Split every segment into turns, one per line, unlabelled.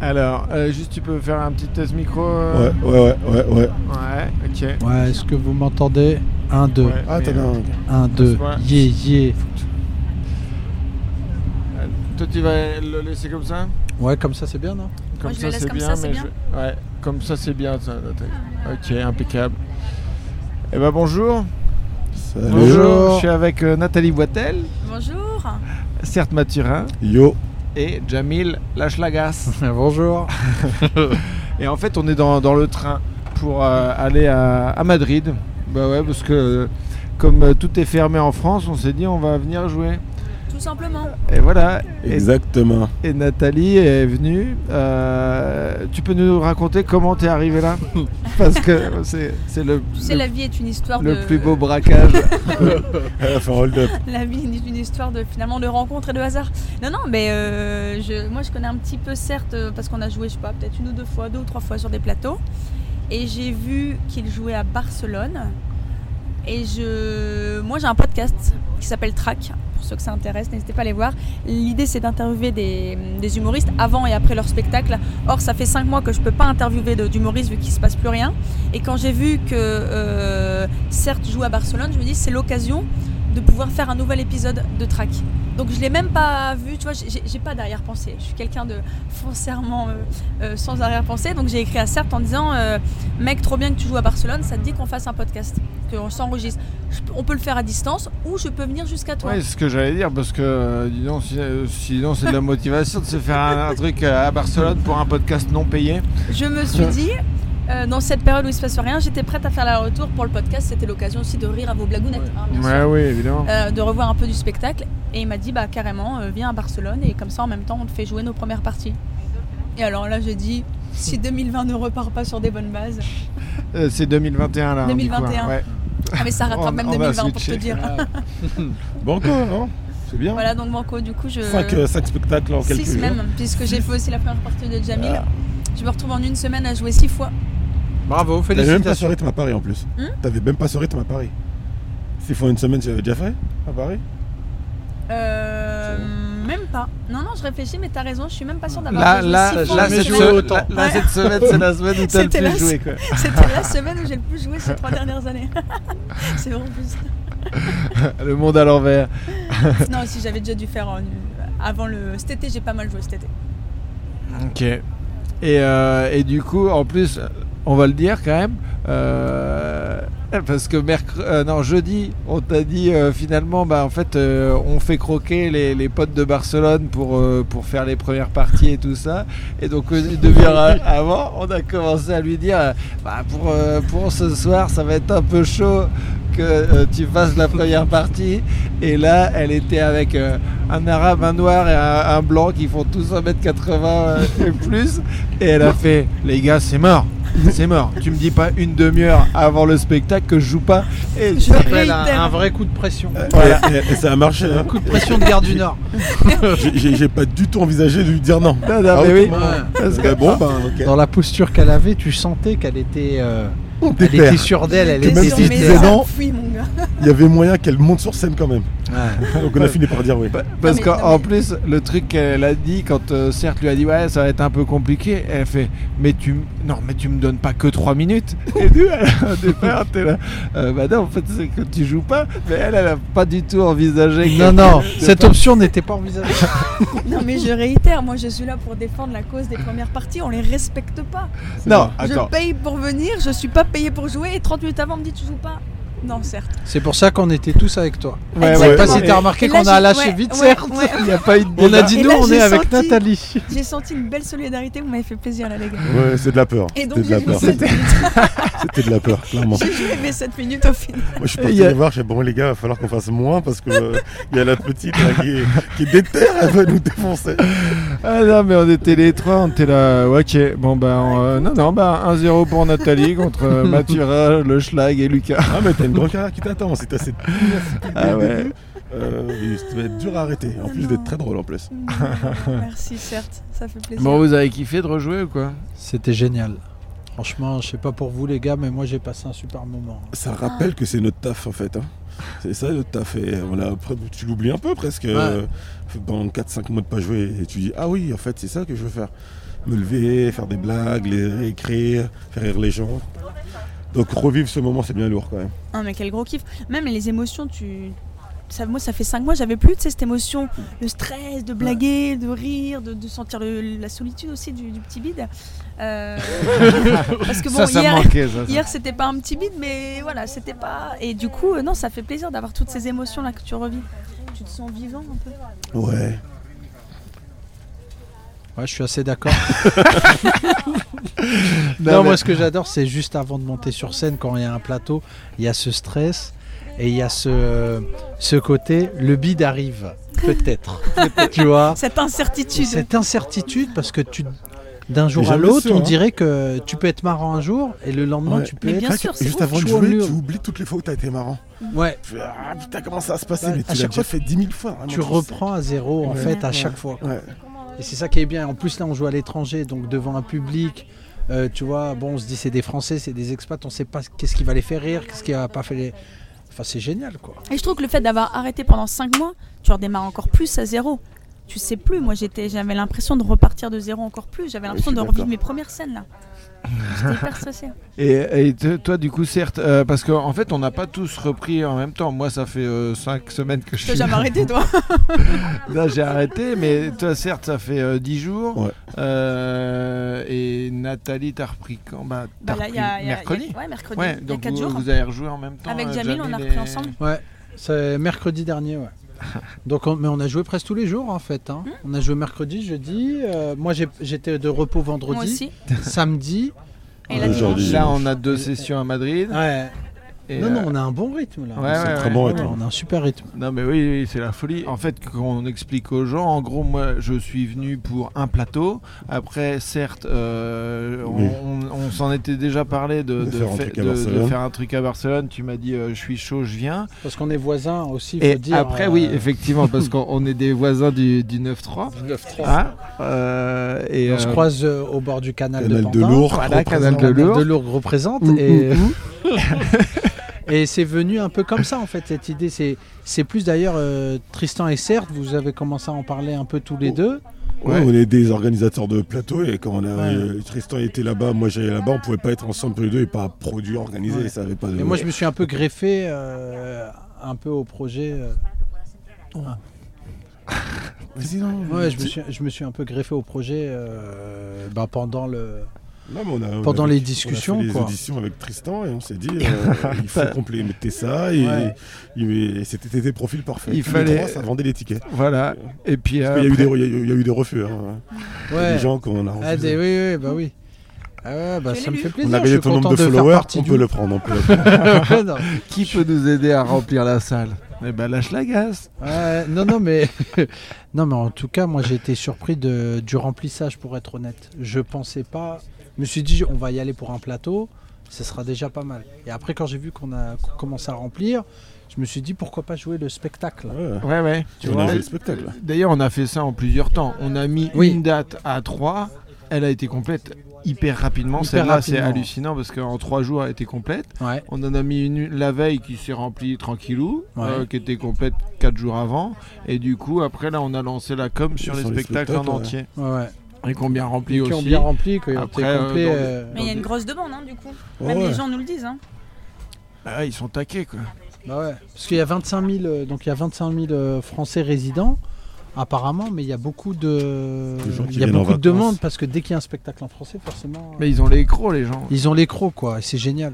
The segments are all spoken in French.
Alors, euh, juste tu peux faire un petit test micro
Ouais,
euh,
ouais, ouais, ouais, ouais.
Ouais, ok.
Ouais, est-ce que vous m'entendez 1, 2,
Ouais,
Ah,
mais,
t'as bien.
euh,
1, 2,
Ouais.
yé yé.
euh, Toi, tu vas le laisser comme ça
Ouais, comme ça c'est bien, non
Comme
je le laisse comme ça, c'est
mais
bien. Ah,
je- Ouais, comme ça, c'est bien. Ça, d'accord. ok, impeccable. Eh ben bonjour.
Salut.
Bonjour. Je suis avec euh, Nathalie Boitel,
Bonjour.
Certes Mathurin
Yo.
et Jamil Lachlagas.
Bonjour.
Et en fait, on est dans, dans le train pour euh, aller à, à Madrid. Bah ouais, parce que euh, comme euh, tout est fermé en France, on s'est dit on va venir jouer.
Tout simplement.
Et voilà. Et,
Exactement.
et Nathalie est venue. Euh, tu peux nous raconter comment t'es arrivée là Parce que c'est c'est le,
Tu sais,
le,
la vie est une histoire
le
de.
plus beau braquage.
Elle a fait un hold-up.
La vie est une histoire de finalement de rencontres et de hasard. Non, non, mais euh, je, moi je connais un petit peu certes euh, parce qu'on a joué, je sais pas, peut-être une ou deux fois, deux ou trois fois sur des plateaux. Et j'ai vu qu'il jouait à Barcelone. Et je, moi j'ai un podcast qui s'appelle Track. Pour ceux que ça intéresse, n'hésitez pas à aller voir. L'idée c'est d'interviewer des, des humoristes avant et après leur spectacle. Or, ça fait cinq mois que je peux pas interviewer de- d'humoristes vu qu'il se passe plus rien. Et quand j'ai vu que euh, certes joue à Barcelone, je me dis c'est l'occasion de pouvoir faire un nouvel épisode de Track. Donc je l'ai même pas vu, tu vois, j'ai- j'ai j'ai pas d'arrière-pensée. Je suis quelqu'un de foncièrement euh, euh, sans arrière-pensée. Donc j'ai écrit à Certes en disant euh, Mec, trop bien que tu joues à Barcelone, ça te dit qu'on fasse un podcast, qu'on s'enregistre. Je peux- On peut le faire à distance ou je peux venir jusqu'à toi.
Ouais, c'est ce que j'allais dire parce que euh, dis donc, si- euh, sinon c'est de la motivation de se faire un, un truc euh, à Barcelone pour un podcast non payé.
Je me suis dit, euh, dans cette période où il se passe rien, j'étais prête à faire la retour pour le podcast. C'était l'occasion aussi de rire à vos blagounettes, hein, bien sûr.
Ouais, oui, évidemment.
Euh, de revoir un peu du spectacle. Et il m'a dit, bah carrément, euh, viens à Barcelone et comme ça, en même temps, on te fait jouer nos premières parties. Et alors là, j'ai dit, si 2020 ne repart pas sur des bonnes bases,
Euh, c'est 2021 là. hein, du coup, hein.
2021.
Ouais.
ah, mais ça rattrape
On-
même
on va
2020 pour te
switcher.
dire.
Banco, non hein. C'est bien.
Voilà, donc Banco, du coup, je.
5 spectacles en quelques
Six
jours.
même, puisque j'ai fait aussi la première partie de Jamil.
Ah.
Je me retrouve en une semaine à jouer six fois.
Bravo,
T'avais même pas ce
félicitations.
rythme à Paris en plus.
Hmm
T'avais même pas ce rythme à Paris. S'il faut une semaine, tu l'avais déjà fait à Paris
Euh, Même pas. Non, non, je réfléchis, mais t'as raison, je suis même pas sûre d'avoir
Là,
joué
là,
six fois
là,
en une
cette,
joué
semaine.
se-
autant.
là- là,
Ouais.
cette semaine, c'est la semaine où t'as le
C'était la-
plus joué. Quoi.
C'était la semaine où j'ai le plus joué ces trois dernières années. C'est vraiment plus.
Le monde à l'envers.
Non, si j'avais déjà dû faire euh, avant le. Cet été, j'ai pas mal joué cet été.
Ok. Et, euh, et du coup, en plus, on va le dire quand même, euh, parce que mercredi, non, jeudi, on t'a dit euh, finalement, bah, en fait, euh, on fait croquer les, les potes de Barcelone pour, euh, pour faire les premières parties et tout ça. Et donc, euh, deux heures a- avant, on a commencé à lui dire, euh, bah, pour, euh, pour ce soir, ça va être un peu chaud que euh, tu fasses la première partie. Et là, elle était avec euh, un arabe, un noir et un, un blanc qui font tous 1m80 euh, et plus. Et elle a fait Les gars, c'est mort, c'est mort. Tu me dis pas une demi-heure avant le spectacle que je joue pas. Et
Je
Ça
peux
s'appelle un,
hyper.
un vrai coup de pression.
Voilà.
et, et- et ça a marché. hein.
Un coup de pression de Gare du Nord.
J'ai- J'ai j'ai pas du tout envisagé de lui dire non.
Non, non,
euh, Ah,
mais
ok,
oui.
bon.
Ouais.
Parce que-
Euh, bon, ben, ok.
Dans la posture qu'elle avait, tu sentais qu'elle était, euh,
On
elle était
dépère.
sûre d'elle, elle
Que même
était
si je
sur
disais
mes
déterminée.
non.
fouilles, mon gars.
Il y avait moyen qu'elle monte sur scène quand même.
Ouais.
Donc on a fini par dire oui.
Pa- Parce
mais-
qu'en
non,
en
mais-
plus, le truc qu'elle a dit, quand euh, Certes lui a dit Ouais, ça va être un peu compliqué, elle fait Mais tu, m- non, mais tu me donnes pas que 3 minutes. Et nous, elle, au départ, t'es là Euh, Bah non, en fait, c'est que tu joues pas. Mais elle, elle a pas du tout envisagé. que-
Non, non, cette option n'était pas envisagée.
Non, mais je réitère, moi je suis là pour défendre la cause des premières parties, on les respecte pas.
Non, attends.
Je paye pour venir, je suis pas payé pour jouer et 30 minutes avant on me dit tu joues pas. Non, certes.
C'est pour ça qu'on était tous avec toi.
Ouais,
Je sais pas
ouais.
si
Et-
t'as remarqué
Et là,
qu'on a
j'ai-
lâché
ouais,
vite,
ouais,
certes.
ouais.
Il n'y a pas eu de
On a
débat.
dit
Et
non,
là,
on est
j'ai
avec
senti-
Nathalie.
J'ai senti une belle solidarité, vous m'avez fait plaisir là, les gars.
Ouais, c'est de la peur.
Et
C'était
donc
de
j'ai
la
joué
peur.
7
C'était
minutes.
de la peur, clairement.
J'ai joué mes 7 minutes au final.
Moi, je suis
Et
parti
y a-
les voir, j'ai dit, bon, les gars, il va falloir qu'on fasse moins parce que euh, il y a la petite là, qui, est, qui est déterre, elle va nous défoncer.
Ah non, mais on était les trois, on était là. ouais, Ok, bon bah, on, euh, non, non, bah 1-0 pour Nathalie contre euh, Mathurin, Le Schlag et Lucas.
Ah, mais t'as une grande carrière qui t'attend, c'est assez.
Ah ouais.
Euh, ça va être dur à arrêter, en plus
Non.
d'être très drôle en plus.
Non, Merci, certes, ça fait plaisir.
Bon, vous avez kiffé de rejouer ou quoi
C'était génial. Franchement, je sais pas pour vous les gars, mais moi j'ai passé un super moment.
Ça rappelle que c'est notre taf en fait. hein. C'est ça notre taf. Et on l'a- après, tu l'oublies un peu presque. euh, pendant 4-5 mois de pas jouer, et tu dis, ah oui, en fait, c'est ça que je veux faire. me lever, faire des blagues, les réécrire, faire rire les gens. Donc revivre ce moment, c'est bien lourd quand même.
Ah, mais quel gros kiff. Même les émotions, tu. Ça, moi, ça fait 5 mois, j'avais plus, tu sais, cette émotion, le stress, de blaguer, de rire, de, de sentir le- la solitude aussi du, du petit bide. Euh, Parce que bon,
ça, ça
hier,
me manquait, ça. ça.
hier c'était pas un petit bide, mais voilà, c'était pas. Et du coup, euh, non, ça fait plaisir d'avoir toutes ces émotions-là que tu revis. Tu te sens vivant un peu.
Ouais.
Ouais, je suis assez d'accord.
Non,
non,
mais-
moi ce que j'adore, c'est juste avant de monter sur scène, quand il y a un plateau, il y a ce stress et il y a ce, ce côté, le bide arrive, peut-être. tu vois
Cette incertitude.
Cette incertitude, parce que tu d'un jour
Mais
à
j'aime
l'autre,
ça,
on
hein.
dirait que tu peux être marrant un jour et le lendemain,
Ouais.
tu peux
Mais
être.
bien
C'est vrai
sûr,
que
c'est
Juste
ouf.
avant de
Toujours
jouer,
nul.
tu oublies toutes les fois où t'as été marrant.
Ouais.
Tu fais, Ah putain, comment ça va se passer
Bah,
Mais
à
tu l'as
chaque
déjà
fois,
fait 10 000 fois. vraiment,
Tu
sais.
reprends à zéro en
Ouais.
fait à
Ouais.
chaque fois.
Ouais.
Et c'est ça qui est bien. En plus là on joue à l'étranger, donc devant un public, euh, tu vois, bon on se dit c'est des Français, c'est des expats, on sait pas qu'est-ce qui va les faire rire, qu'est-ce qui va pas faire les. Enfin c'est génial quoi.
Et je trouve que le fait d'avoir arrêté pendant 5 mois, tu redémarres encore plus à zéro. Tu sais plus, moi j'étais, j'avais l'impression de repartir de zéro encore plus, j'avais l'impression
je suis
de
d'accord.
revivre mes premières scènes là. J'étais hyper stressée.
Et, et te- toi, du coup, certes, euh, parce qu'en en fait, on n'a pas tous repris en même temps. Moi, ça fait 5 semaines que je
Tu t'as
suis.
jamais arrêté toi
Là, j'ai arrêté, mais toi, certes, ça fait 10 jours.
Ouais.
Euh, et Nathalie, t'as repris quand bah, t'as
Bah, là, il y
repris
a- il y a- il
mercredi.
y a- Ouais, mercredi.
Ouais,
il y a
donc
4
vous,
jours.
vous avez rejoué en même temps.
Avec
euh,
Jamil, on a
et-
repris ensemble.
Ouais. C'est mercredi dernier ouais. Donc on- mais on a joué presque tous les jours en fait. hein. On a joué mercredi, jeudi. euh, moi j'ai- j'étais de repos
Moi
vendredi,
aussi.
samedi.
Et la
Aujourd'hui.
dimanche.
Là, on a deux sessions à Madrid.
Ouais.
et,
non non
euh,
on a un bon rythme là.
Ouais,
Ah. C'est
ouais,
très
ouais.
bon
Ouais,
et tout.
on a un super rythme.
Non mais oui, oui, c'est la folie. En fait, quand on explique aux gens, en gros, moi, je suis venu pour un plateau. Après, certes, euh, on,
Oui.
on- on s'en était déjà parlé de,
De
de
faire un
fa-
truc à
de- de
Barcelone.
faire un truc à Barcelone. Tu m'as dit, euh, je suis chaud, je viens.
Parce qu'on est voisins aussi,
Et
faut dire.
après,
euh,
oui, effectivement, parce qu'on on est des voisins du, du 9-3. Hein Euh, et,
On se
euh,
croise euh, au bord du canal,
Canal de
Pantin.
Lourdes.
Voilà,
représente-
Canal de
Canal
Lourdes. Mm,
de Lourdes représente.
Ouh,
et et c'est venu un peu comme ça, en fait, cette idée. C'est, c'est plus d'ailleurs euh, Tristan et Certes, vous avez commencé à en parler un peu tous les
Oh.
deux.
Ouais,
Ouais.
on est des organisateurs de plateaux et quand on a,
Ouais.
euh, Tristan était là-bas, moi j'allais là-bas, on pouvait pas être ensemble tous les deux et pas produit, organiser,
Ouais.
ça avait pas de.
Mais moi, je me suis un peu greffé euh, un peu au projet. euh,
Vas-y, non,
ouais, je me,
dis-
suis, je me suis un peu greffé au projet euh, bah, pendant le.
Non, mais on a- on
pendant
avait-
les
on a fait
discussions,
les
quoi.
auditions avec Tristan et on s'est dit, euh, il faut compléter ça et,
Ouais.
il- et c'était c'était des profils parfaits.
Il
Tous les
fallait-
trois, ça vendait les tickets.
Voilà. Et puis
Parce qu'il y a eu
après-
des re- il y, a eu- il y a eu des refus. hein. Il y a
Euh, Ouais.
Des gens qu'on a
Ah,
refusés.
des- oui, oui, bah oui. Ah ouais, bah,
Tu
ça me
l'as
fait
lu
plaisir.
On a
je
gagné
suis
ton nombre
content
de
de faire
followers,
partie
on
du-
peut le prendre. on peut le prendre.
Ouais, non.
qui peut nous aider à remplir la salle Eh ben, lâche la gaze.
Ouais, non, non, mais non, mais en tout cas, moi, j'ai été surpris de, du remplissage, pour être honnête. Je pensais pas. Je me suis dit, on va y aller pour un plateau, ce sera déjà pas mal. Et après, quand j'ai vu qu'on a commencé à remplir, je me suis dit, pourquoi pas jouer le spectacle
Ouais.
Ouais, ouais.
Tu on a vu le spectacle.
D'ailleurs, on a fait ça en plusieurs temps. On a mis
Oui.
une date à 3. Elle a été complète hyper rapidement.
Hyper
Celle-là, c'est
rapidement.
hallucinant parce qu'en 3 jours, elle était complète.
Ouais.
On en a mis une la veille qui s'est remplie tranquillou,
Ouais.
euh, qui était complète 4 jours avant. Et du coup, après, là, on a lancé la com sur, les,
Sur les
spectacles,
spectacles,
en
ouais.
entier.
Ouais, ouais.
Et qu'on bien rempli
Qui
aussi.
ont bien rempli, qui ont
Après,
été
euh,
complets,
dans le-
euh,
Mais il y a une grosse demande, hein, du coup.
Ouais,
Même
ouais.
les gens nous le disent. hein.
Ah, ils sont taqués, quoi.
bah ouais. Parce qu'il y a 25 000, euh, donc il y a 25 000 euh, Français résidents. Apparemment, mais il y a beaucoup de,
Des gens qui
il y a
viennent en
beaucoup de
vacances.
demandes parce que dès qu'il y a un spectacle en français, forcément,
Mais ils ont les crocs, les gens.
ils ont les crocs quoi. et C'est génial.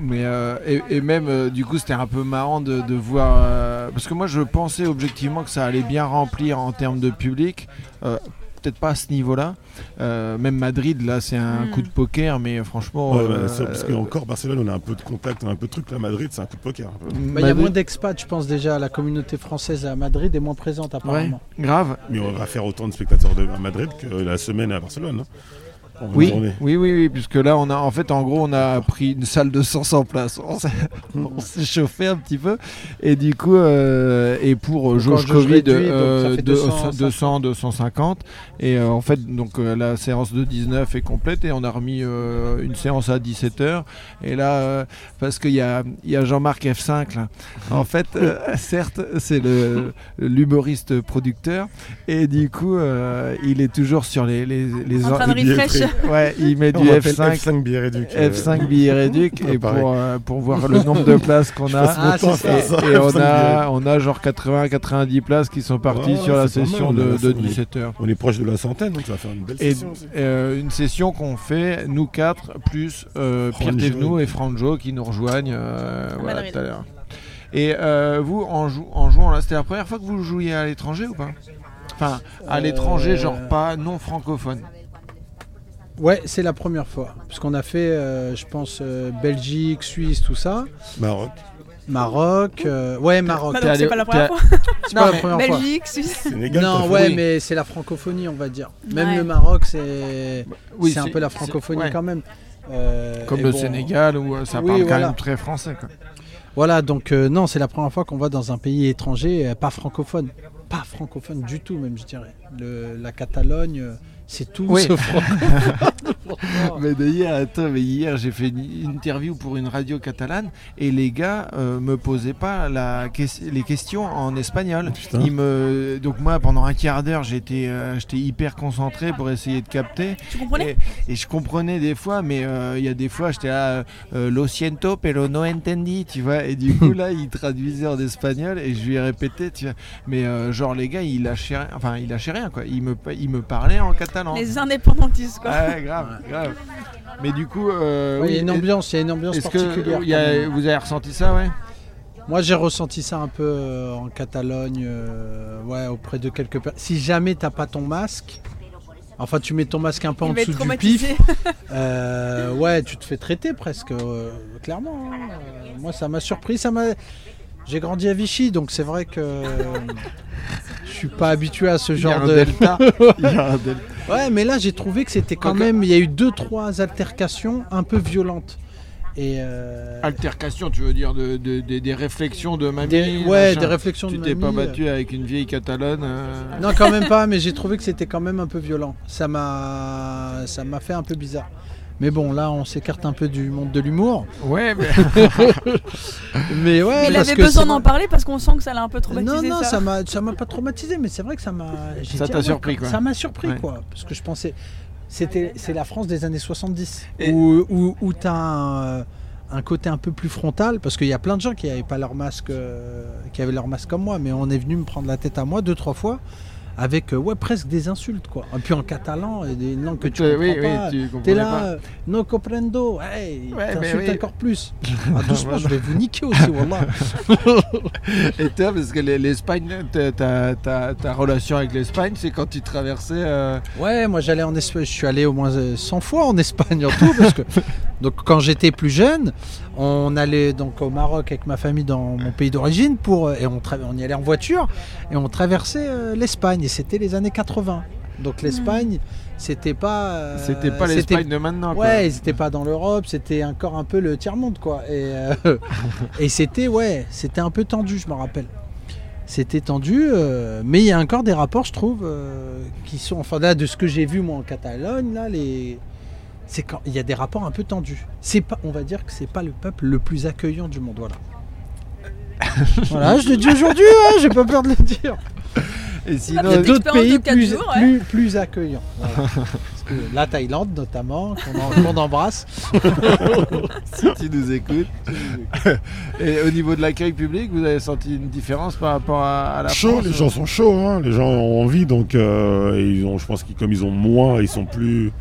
Mais euh, et, et même euh, du coup c'était un peu marrant de, de voir euh, parce que moi je pensais objectivement que ça allait bien remplir en termes de public euh, peut-être pas à ce niveau là même Madrid là c'est un
Hmm.
Mm.
coup de poker mais euh, franchement
Ouais, bah,
euh,
ça, parce qu'encore Barcelone, on a un peu de contact, on a un peu de truc. Là, Madrid, c'est un coup de poker. un peu.
Bah, Il y a
Madrid-
moins d'expats, je pense déjà. La communauté française à Madrid est moins présente
ouais
apparemment.
grave
Mais on va faire autant de spectateurs de, à Madrid que la semaine à Barcelone. hein. en une
Oui,
journée.
oui, oui, oui, puisque là, on a, en fait, en gros, on a pris une salle de 500 places. On s'est, on s'est chauffé un petit peu. Et du coup, euh, et pour euh,
Quand
jauge
je réduis,
Covid,
donc ça
euh, de-
fait 200,
200, 250. Et euh, en fait, donc euh, la séance de 19 est complète. Et on a remis euh, une séance à 17h. Et là, euh, parce qu'il y a, il y a Jean-Marc F5, là. En fait, euh, certes, c'est le, l'humoriste producteur. Et du coup, euh, il est toujours sur les, les, les
En train
des
de
billets
refresh.
prêts.
Ouais, il met
On
du
m'appelle
F5,
F5 bière éduque. euh,
F5 billets réduits
Ah,
et
pareil.
pour, euh, pour voir le nombre de places qu'on
Je passe
a.
mon
Ah,
temps à
c'est ça.
faire ça.
Et, et on,
F5 bières.
a, on a genre 80-90 places qui sont parties
Ouais,
sur la
c'est pas mal,
session
on a
de,
la
de
semaine.
17h.
On est proche de la centaine, donc ça va faire une belle
Et
session aussi.
euh, une session qu'on fait, nous quatre, plus euh,
Franjo.
Pierre Thévenoud et Franjo qui nous rejoignent euh, voilà,
Madrid.
tout à l'heure. Et euh, vous, en, jou- en jouant là, c'était la première fois que vous jouiez à l'étranger ou pas Enfin, à l'étranger,
Euh,
genre pas non francophone.
Ouais, c'est la première fois. Parce qu'on a fait, euh, je pense, euh, Belgique, Suisse, tout ça.
Maroc.
Maroc. euh, Ouais, Maroc.
Bah,
t'es
donc,
allé-
c'est pas la première
t'es-
fois.
C'est
Non,
pas la
mais
première fois.
Belgique, Suisse.
Sénégal, t'as
Non,
fait-
ouais,
oui.
mais c'est la francophonie, on va dire. Même
Ouais.
le Maroc, c'est
Bah, Oui,
c'est un peu la
c'est-
francophonie
ouais.
quand même. Euh,
Comme
et
le
bon,
Sénégal où euh, ça
Oui,
parle quand
voilà.
même très français. Quoi.
Voilà, donc euh, non, c'est la première fois qu'on va dans un pays étranger euh, pas francophone. Pas francophone du tout, même, je dirais. Le- la Catalogne, euh, c'est tout
Oui.
sauf francophone.
Mais d'ailleurs, attends, mais hier j'ai fait une interview pour une radio catalane et les gars euh, me posaient pas la ques- les questions en espagnol.
Putain.
Ils me... Donc moi, pendant un quart d'heure, j'étais euh, j'étais hyper concentré pour essayer de capter
Tu comprenais
et, et je comprenais des fois, mais euh, il y a des fois, j'étais là, euh, euh, lo siento pero no entendí, tu vois. Et du coup, là, il traduisait en espagnol et je lui ai répété, tu vois. Mais euh, genre, les gars, il lâchait rien, enfin, il lâchait rien, quoi. Il me, il me parlait en catalan.
Les indépendantistes, quoi.
Ouais, grave, grave. Mais du coup, euh,
Oui, il y a une
est-
ambiance, il y a une ambiance
est-ce que
particulière.
il y a-
quand même.
vous avez ressenti ça, ouais
Moi, j'ai ressenti ça un peu euh, en Catalogne, euh, ouais, auprès de quelques personnes. Si jamais t'as pas ton masque, enfin, tu mets ton masque un peu en
Il va être
dessous du pif,
traumatisé.
euh, ouais, tu te fais traiter presque, euh, clairement. hein. Euh, Moi, ça m'a surpris, ça m'a. J'ai grandi à Vichy, donc c'est vrai que euh, je suis pas habitué à ce
Il y a
genre
un
de.
delta. Il y a un delta.
Ouais, mais là, j'ai trouvé que c'était quand
Ok.
même. Il y a eu deux, trois altercations un peu violentes. Et
Ah,
euh,
Altercation, tu veux dire de, de- des- des réflexions de mamie
des, ouais,
machin.
des réflexions
Tu
de
t'es pas
mamie, euh,
battu avec une vieille catalane euh,
Non, quand même pas, mais j'ai trouvé que c'était quand même un peu violent. Ça m'a ça m'a fait un peu bizarre. Mais bon, là, on s'écarte un peu du monde de l'humour.
Ouais, mais
Mais ouais,
Mais il
parce
avait
que
besoin
c'est-
d'en parler parce qu'on sent que ça l'a un peu traumatisé.
Non, non,
ça.
ça m'a ça m'a pas traumatisé, mais c'est vrai que ça m'a. j'ai
Ça
dit,
t'a
ah ouais,
surpris,
quand-
quoi.
Ça m'a surpris,
Ouais.
quoi. Parce que je pensais.
Ah
C'était c'est la France des années 70
Et-
où où, où t'as un, un côté un peu plus frontal parce qu'il y a plein de gens qui avaient pas leur masque euh, qui avaient leur masque comme moi mais on est venu me prendre la tête à moi deux trois fois avec euh, ouais presque des insultes quoi et puis en catalan et des langues que tu comprends
Euh, oui,
pas
oui, tu comprends
T'es là,
pas.
euh, no comprendo, ouais, il
Ouais, mais
t'insulte
oui.
encore plus. Ah, doucement, je vais vous niquer aussi, wallah.
Et toi, parce que les- l'Espagne, ta- ta- ta ta relation avec l'Espagne, c'est quand tu traversais. euh,
Ouais, moi j'allais en Espagne, je suis allé au moins euh, 100 fois en Espagne en tout parce que donc quand j'étais plus jeune, on allait donc au Maroc avec ma famille dans mon pays d'origine pour euh, et on, tra- on y allait en voiture et on traversait euh, l'Espagne et c'était les années 80. Donc l'Espagne, c'était pas euh,
Hmm. C'était pas l'Espagne de maintenant. quoi.
Ouais, ils étaient pas dans l'Europe, c'était encore un peu le tiers-monde, quoi. Et, euh, et c'était, ouais, c'était un peu tendu, je me rappelle. C'était tendu, euh, mais il y a encore des rapports, je trouve, euh, qui sont, enfin là, de ce que j'ai vu moi en Catalogne, là, les... C'est quand il y a des rapports un peu tendus. C'est pas, on va dire que c'est pas le peuple le plus accueillant du monde, voilà. voilà, je le dis aujourd'hui, hein, j'ai pas peur de le dire.
Et
Il y a
sinon,
d'autres
Expérience de
pays
quatre
plus,
jours, ouais.
plus, plus accueillants. Voilà. Parce que la Thaïlande notamment, qu'on en- qu'on embrasse.
si tu nous écoutes. Et au niveau de l'accueil public, vous avez senti une différence par rapport à, à la
Chaud,
France euh.
les gens sont chauds, hein, les gens ont envie, donc euh, et ils ont, je pense qu'ils comme ils ont moins, ils sont plus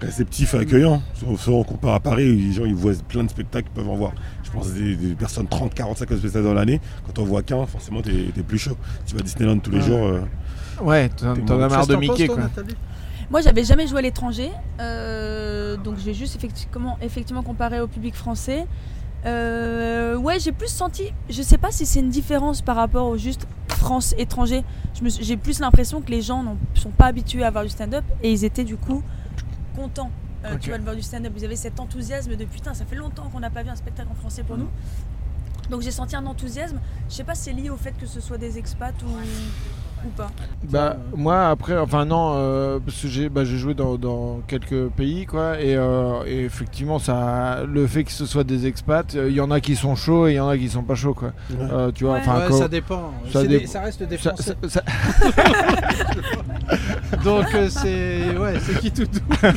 réceptifs et accueillants. Sauf sauf qu'on compare à Paris, où les gens ils voient plein de spectacles, ils peuvent en voir. Je pense des, des personnes 30, 40, 50 spectacles dans l'année. Quand on voit qu'un, forcément t'es t'es plus chaud. Tu vas à Disneyland tous les
Ouais.
jours. euh,
Ouais, t'en t'en as marre de Mickey quoi.
Moi, j'avais jamais joué à l'étranger, euh, donc j'ai juste effectivement, effectivement comparé au public français. Euh, ouais, j'ai plus senti. Je sais pas si c'est une différence par rapport au juste France-étranger. Je me suis- J'ai plus l'impression que les gens n'ont- sont pas habitués à voir du stand-up et ils étaient du coup content. euh,
Ok.
Tu vas le voir du stand-up. Vous avez cet enthousiasme de putain, ça fait longtemps qu'on n'a pas vu un spectacle en français pour
Mhm.
nous. Donc j'ai senti un enthousiasme. Je sais pas si c'est lié au fait que ce soit des expats ou, ou pas.
Bah, moi, après, enfin, non, euh, parce que j'ai bah, j'ai joué dans, dans quelques pays, quoi, et, euh, et effectivement, ça, le fait que ce soit des expats, euh, il y en a qui sont chauds et il y en a qui sont pas chauds, quoi.
Ouais.
Euh, tu vois,
Ouais.
enfin,
Ouais,
quand-
ça dépend.
ça
C'est des-
dépend.
ça reste des
ça-
Français.
ça- ça-
Donc euh, c'est ouais, c'est qui tout doux.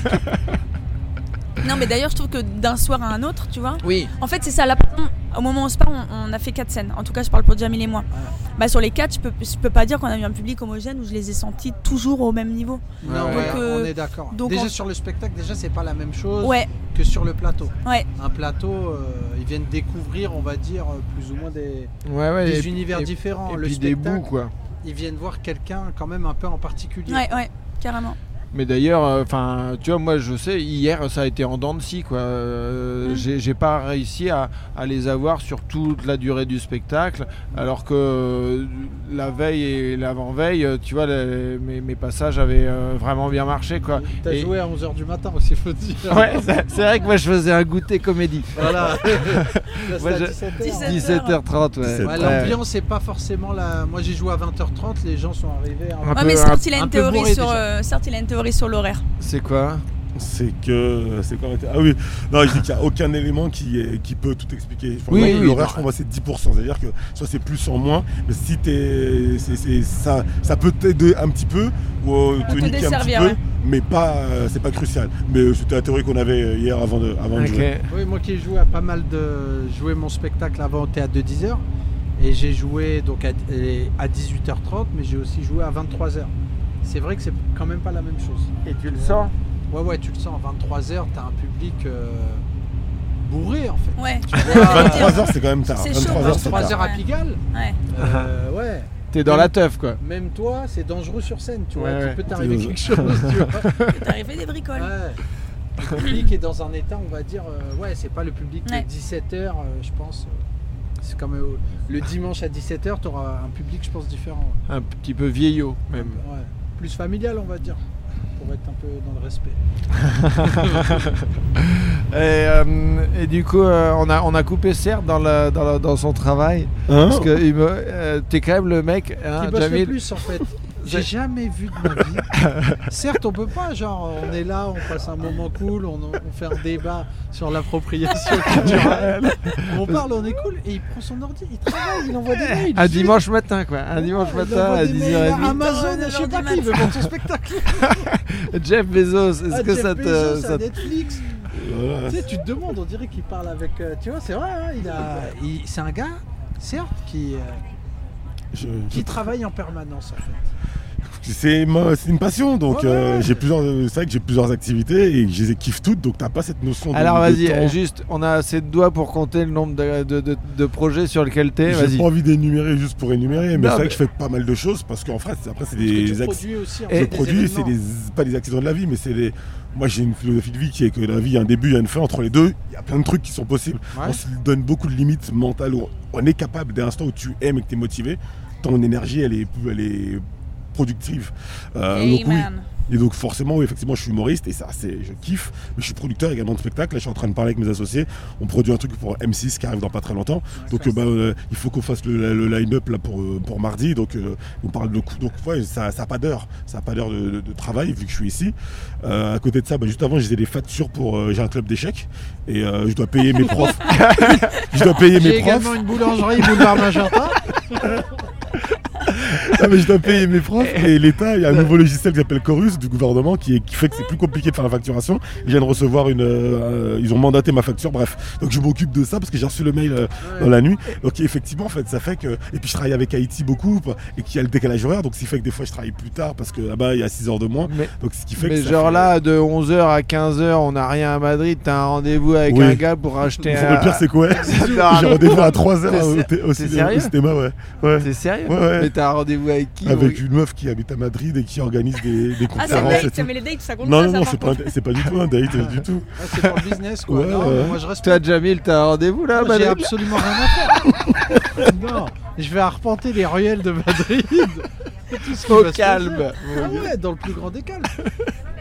Non, mais d'ailleurs, je trouve que d'un soir à un autre, tu vois.
Oui.
En fait, c'est ça. Là, on- au moment où on se parle, on, on a fait quatre scènes. En tout cas, je parle pour Jamil et moi.
Ah.
Bah, sur les quatre, je peux, je peux pas dire qu'on a eu un public homogène où je les ai sentis toujours au même niveau.
Non,
Ouais.
ouais,
Donc, euh,
on est d'accord.
donc
Déjà
en-
sur le spectacle, déjà c'est pas la même chose
Ouais,
que sur le plateau.
ouais.
Un plateau, euh, ils viennent découvrir, on va dire euh, plus ou moins des,
ouais, ouais,
des
et puis-
univers
et-
différents.
et
le
puis des
spectacle,
bouts, quoi.
ils viennent voir quelqu'un quand même un peu en particulier.
Ouais, ouais, carrément.
Mais d'ailleurs, euh, enfin, tu vois, moi, je sais, hier, ça a été en dents de scie, quoi. Euh,
Mm.
J'ai j'ai pas réussi à, à les avoir sur toute la durée du spectacle, alors que euh, la veille et l'avant-veille, euh, tu vois, les- mes, mes passages avaient euh, vraiment bien marché, quoi.
T'as
Et-
joué à 11h du matin aussi, faut dire.
Ouais, c'est c'est vrai que moi, je faisais un goûter comédie.
Voilà. Là,
Moi,
c'est
je-
à 17 heures.
17.
17h30, ouais.
17h30.
Ouais, L'ambiance c'est pas forcément la. Moi j'ai joué à 20h30, les gens sont arrivés. à-
Un
Ouais,
peu-
mais certes, il a
un
une
peu bourré
théorie sur,
déjà.
euh, certes, il a une théorie sur l'horaire.
C'est quoi
C'est que. C'est quoi la thé- Ah oui, non, je dis qu'il n'y a aucun élément qui, est- qui peut tout expliquer. Je pense
Oui,
que
oui, oui,
l'horaire,
non.
pour moi, c'est 10%. C'est-à-dire que soit c'est plus, soit moins. Mais si t'es. c'est- c'est- ça, ça peut t'aider un petit peu ou euh,
peut
te niquer un petit
desservir,
peu,
ouais.
mais pas, euh, c'est pas crucial. Mais c'était la théorie qu'on avait euh, hier avant de, avant de
Ok.
jouer.
Oui, moi qui ai joué à pas mal de. joué mon spectacle avant au théâtre de 10h. Et j'ai joué donc à, et à 18h30, mais j'ai aussi joué à 23h. C'est vrai que c'est quand même pas la même chose.
Et tu le
sens Ouais, ouais, tu le sens, à 23h, t'as un public euh, bourré en fait.
Ouais.
vois,
J'allais dire.
23h, c'est quand même tard.
Ah, C'est chaud,
23h, c'est
23h
tard.
à Pigalle,
Ouais.
euh, ouais.
T'es dans la teuf, quoi.
Même toi, c'est dangereux sur scène, tu vois.
Ouais,
tu
ouais.
peux t'arriver
C'est
quelque chose, tu vois.
T'es arrivé des bricoles.
Ouais. Le public est dans un état, on va dire, euh, ouais, c'est pas le public
Ouais.
de 17h, je pense. euh, c'est comme euh, le dimanche à 17h, tu auras un public, je pense, différent. ouais.
Un petit peu vieillot, même.
Ouais. Plus familial, on va dire, pour être un peu dans le respect.
et, euh, et du coup, euh, on, a, on a coupé Serre dans, la- dans, la- dans son travail.
Hein
Parce que il me- euh, t'es quand même le mec, hein,
Qui bosse le
Jamil.
plus, en fait J'ai jamais vu de ma vie. Certes, on peut pas, genre, on est là, on passe un moment cool, on, on fait un débat sur l'appropriation culturelle. On parle, on est cool, et il prend son ordi, il travaille, il envoie des mails.
Un
je suis
dimanche matin, quoi. Un dimanche
Il
matin
envoie
à
Ah, des mails à
10h30.
Amazon,
Putain,
à je sais
l'heure
pas
du
qui, il veut
mat.
vendre son spectacle.
Jeff Bezos, est-ce
à
que
Ah, Jeff
ça te.
Bezos,
ça
à
te-
Netflix.
Voilà.
tu sais, tu te demandes, on dirait qu'il parle avec. euh, tu vois, c'est vrai, hein, il a. il- c'est un gars, certes, qui, euh,
Je-
qui travaille en permanence, en fait.
C'est ma- c'est une passion, donc
Ouais, ouais,
euh,
ouais.
j'ai plusieurs. euh, C'est vrai que j'ai plusieurs activités et que je les kiffe toutes, donc t'as pas cette notion de.
Alors
de
vas-y,
temps.
euh, juste, on a assez de doigts pour compter le nombre de, de- de- de projets sur lesquels t'es.
J'ai
Eh, Vas-y.
pas envie d'énumérer juste pour énumérer, mais
Non,
c'est vrai
mais-
que je fais pas mal de choses parce qu'en fait, c'est- après, c'est
Parce que
des
tu
acc-
produis aussi.
Et-
en fait,
Je
des
produis, c'est des, pas des accidents de la vie, mais c'est des. Moi, j'ai une philosophie de vie qui est que la vie, il y a un début, il y a une fin. Entre les deux, il y a plein de trucs qui sont possibles.
Ouais.
On se donne beaucoup de limites mentales. Où on est capable, dès l'instant où tu aimes et que tu es motivé, ton énergie, elle est, elle est productive. Euh, donc, oui.
Amen.
Et donc forcément, oui, effectivement, je suis humoriste et ça, c'est, je kiffe. Mais je suis producteur également de spectacle. Là, je suis en train de parler avec mes associés. On produit un truc pour M6 qui arrive dans pas très longtemps. Donc, euh, bah, euh, il faut qu'on fasse le, le line-up là pour, euh, pour mardi. Donc, euh, on parle de coup. Donc, ouais, ça, ça a pas d'heure. Ça a pas d'heure de, de- de travail vu que je suis ici. Euh, à côté de ça, bah, juste avant, j'ai des factures pour. euh, j'ai un club d'échecs et euh, je dois payer mes profs. je dois payer
J'ai
mes profs.
également une boulangerie boulevard Magenta.
Ah, mais je dois payer mes profs et l'État, il y a un nouveau logiciel qui s'appelle Chorus du gouvernement qui, est- qui fait que c'est plus compliqué de faire la facturation. Ils viennent recevoir une. euh, euh, ils ont mandaté ma facture, bref. Donc je m'occupe de ça parce que j'ai reçu le mail euh, dans la nuit. Donc effectivement, en fait, ça fait que. Et puis je travaille avec Haïti beaucoup et qu'il y a le décalage horaire. Donc ce qui fait que des fois je travaille plus tard parce que là-bas il y a 6 heures de moins.
Mais,
Donc ce qui fait
mais
que. ça
genre
fait-
là, de 11h à 15h, on n'a rien à Madrid, t'as un rendez-vous avec
Oui.
un gars pour acheter un.
Le pire, c'est quoi
Non,
J'ai rendez-vous à 3
T'es
heures au,
sé-
thé- au
t'es
cinéma- au
sérieux
cinéma, ouais. ouais.
T'es sérieux
Ouais, ouais.
Mais t'as un rendez-vous avec qui
Avec une meuf qui habite à Madrid et qui organise des, des
Ah, ça
conférences. et
met,
tout.
ça met les dates, ça compte
Non,
pas,
non,
ça,
non,
par
c'est pas,
contre.
un- c'est pas du tout un date, euh, du tout.
Ah, c'est pour le business, quoi.
Ouais,
non,
ouais.
mais moi, je respecte.
Toi, Jamil, t'as un rendez-vous là, à
J'ai
Madrid
absolument rien à faire. non, je vais arpenter les ruelles de Madrid. Et tout ce qui
Au
va se passer.
calme
Ah ouais, dans le plus grand des calmes.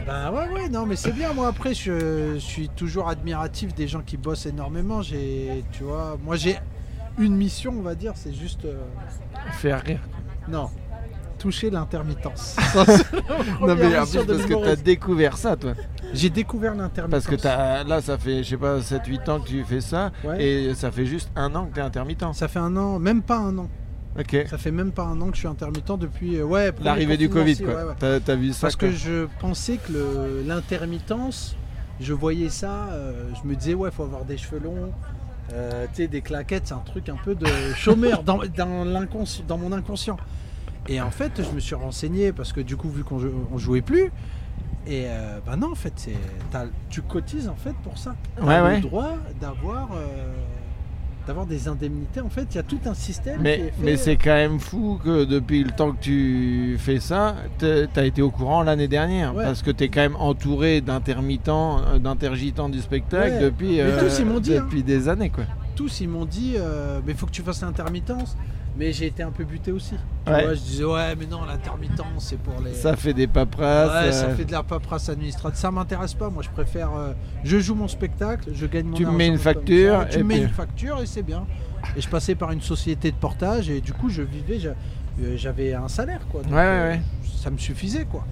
Bah ouais, ouais, non, mais c'est bien. Moi, après, je suis toujours admiratif des gens qui bossent énormément. J'ai, tu vois, moi, j'ai une mission, on va dire, c'est juste. euh,
Faire rire.
non, toucher l'intermittence.
Non, mais
Première
en
mission
plus,
de
parce que t'as
l'humoriste.
découvert ça, toi.
J'ai découvert l'intermittence.
Parce que t'as- là, ça fait, je sais pas, 7-8 ans que tu fais ça.
Ouais.
Et ça fait juste un an que t'es intermittent.
Ça fait un an, même pas un an.
Ok.
Ça fait même pas un an que je suis intermittent depuis. euh, Ouais, premier
L'arrivée du
confinement,
Covid,
si,
quoi.
ouais, ouais.
T'as- T'as vu ça
Parce
quoi.
que je pensais que le- l'intermittence, je voyais ça, euh, je me disais, ouais, faut avoir des cheveux longs, euh, tu sais, des claquettes, c'est un truc un peu de chômeur dans, dans, l'inconsci- dans mon inconscient. Et en fait, je me suis renseigné parce que du coup, vu qu'on jou- on jouait plus, et euh, ben non, en fait, c'est- t'as- tu cotises en fait pour ça. T'as
Ouais,
le
ouais.
droit d'avoir. euh, d'avoir des indemnités en fait il y a tout un système qui
Mais,
est fait,
mais c'est quand même fou que depuis le temps que tu fais ça, t'es- t'as été au courant l'année dernière.
Ouais.
Parce que t'es quand même entouré d'intermittents, euh, d'intergitants du spectacle
Ouais.
depuis, euh,
Mais tous, ils m'ont dit, hein.
depuis des années. quoi.
tous ils m'ont dit euh, mais faut que tu fasses l'intermittence mais j'ai été un peu buté aussi tu
Ouais.
vois je disais ouais mais non l'intermittence c'est pour les
Ça fait des
Ouais,
paperasses.
ça
euh,
fait de la paperasse administrative ça m'intéresse pas moi je préfère euh, je joue mon spectacle je gagne mon
Tu me
argent
mets une
comme ça.
facture,
tu
et
me mets
puis-
une facture et c'est bien et je passais par une société de portage et du coup je vivais j'a- euh, j'avais un salaire quoi Donc,
Ouais, ouais,
euh,
ouais.
ça me suffisait quoi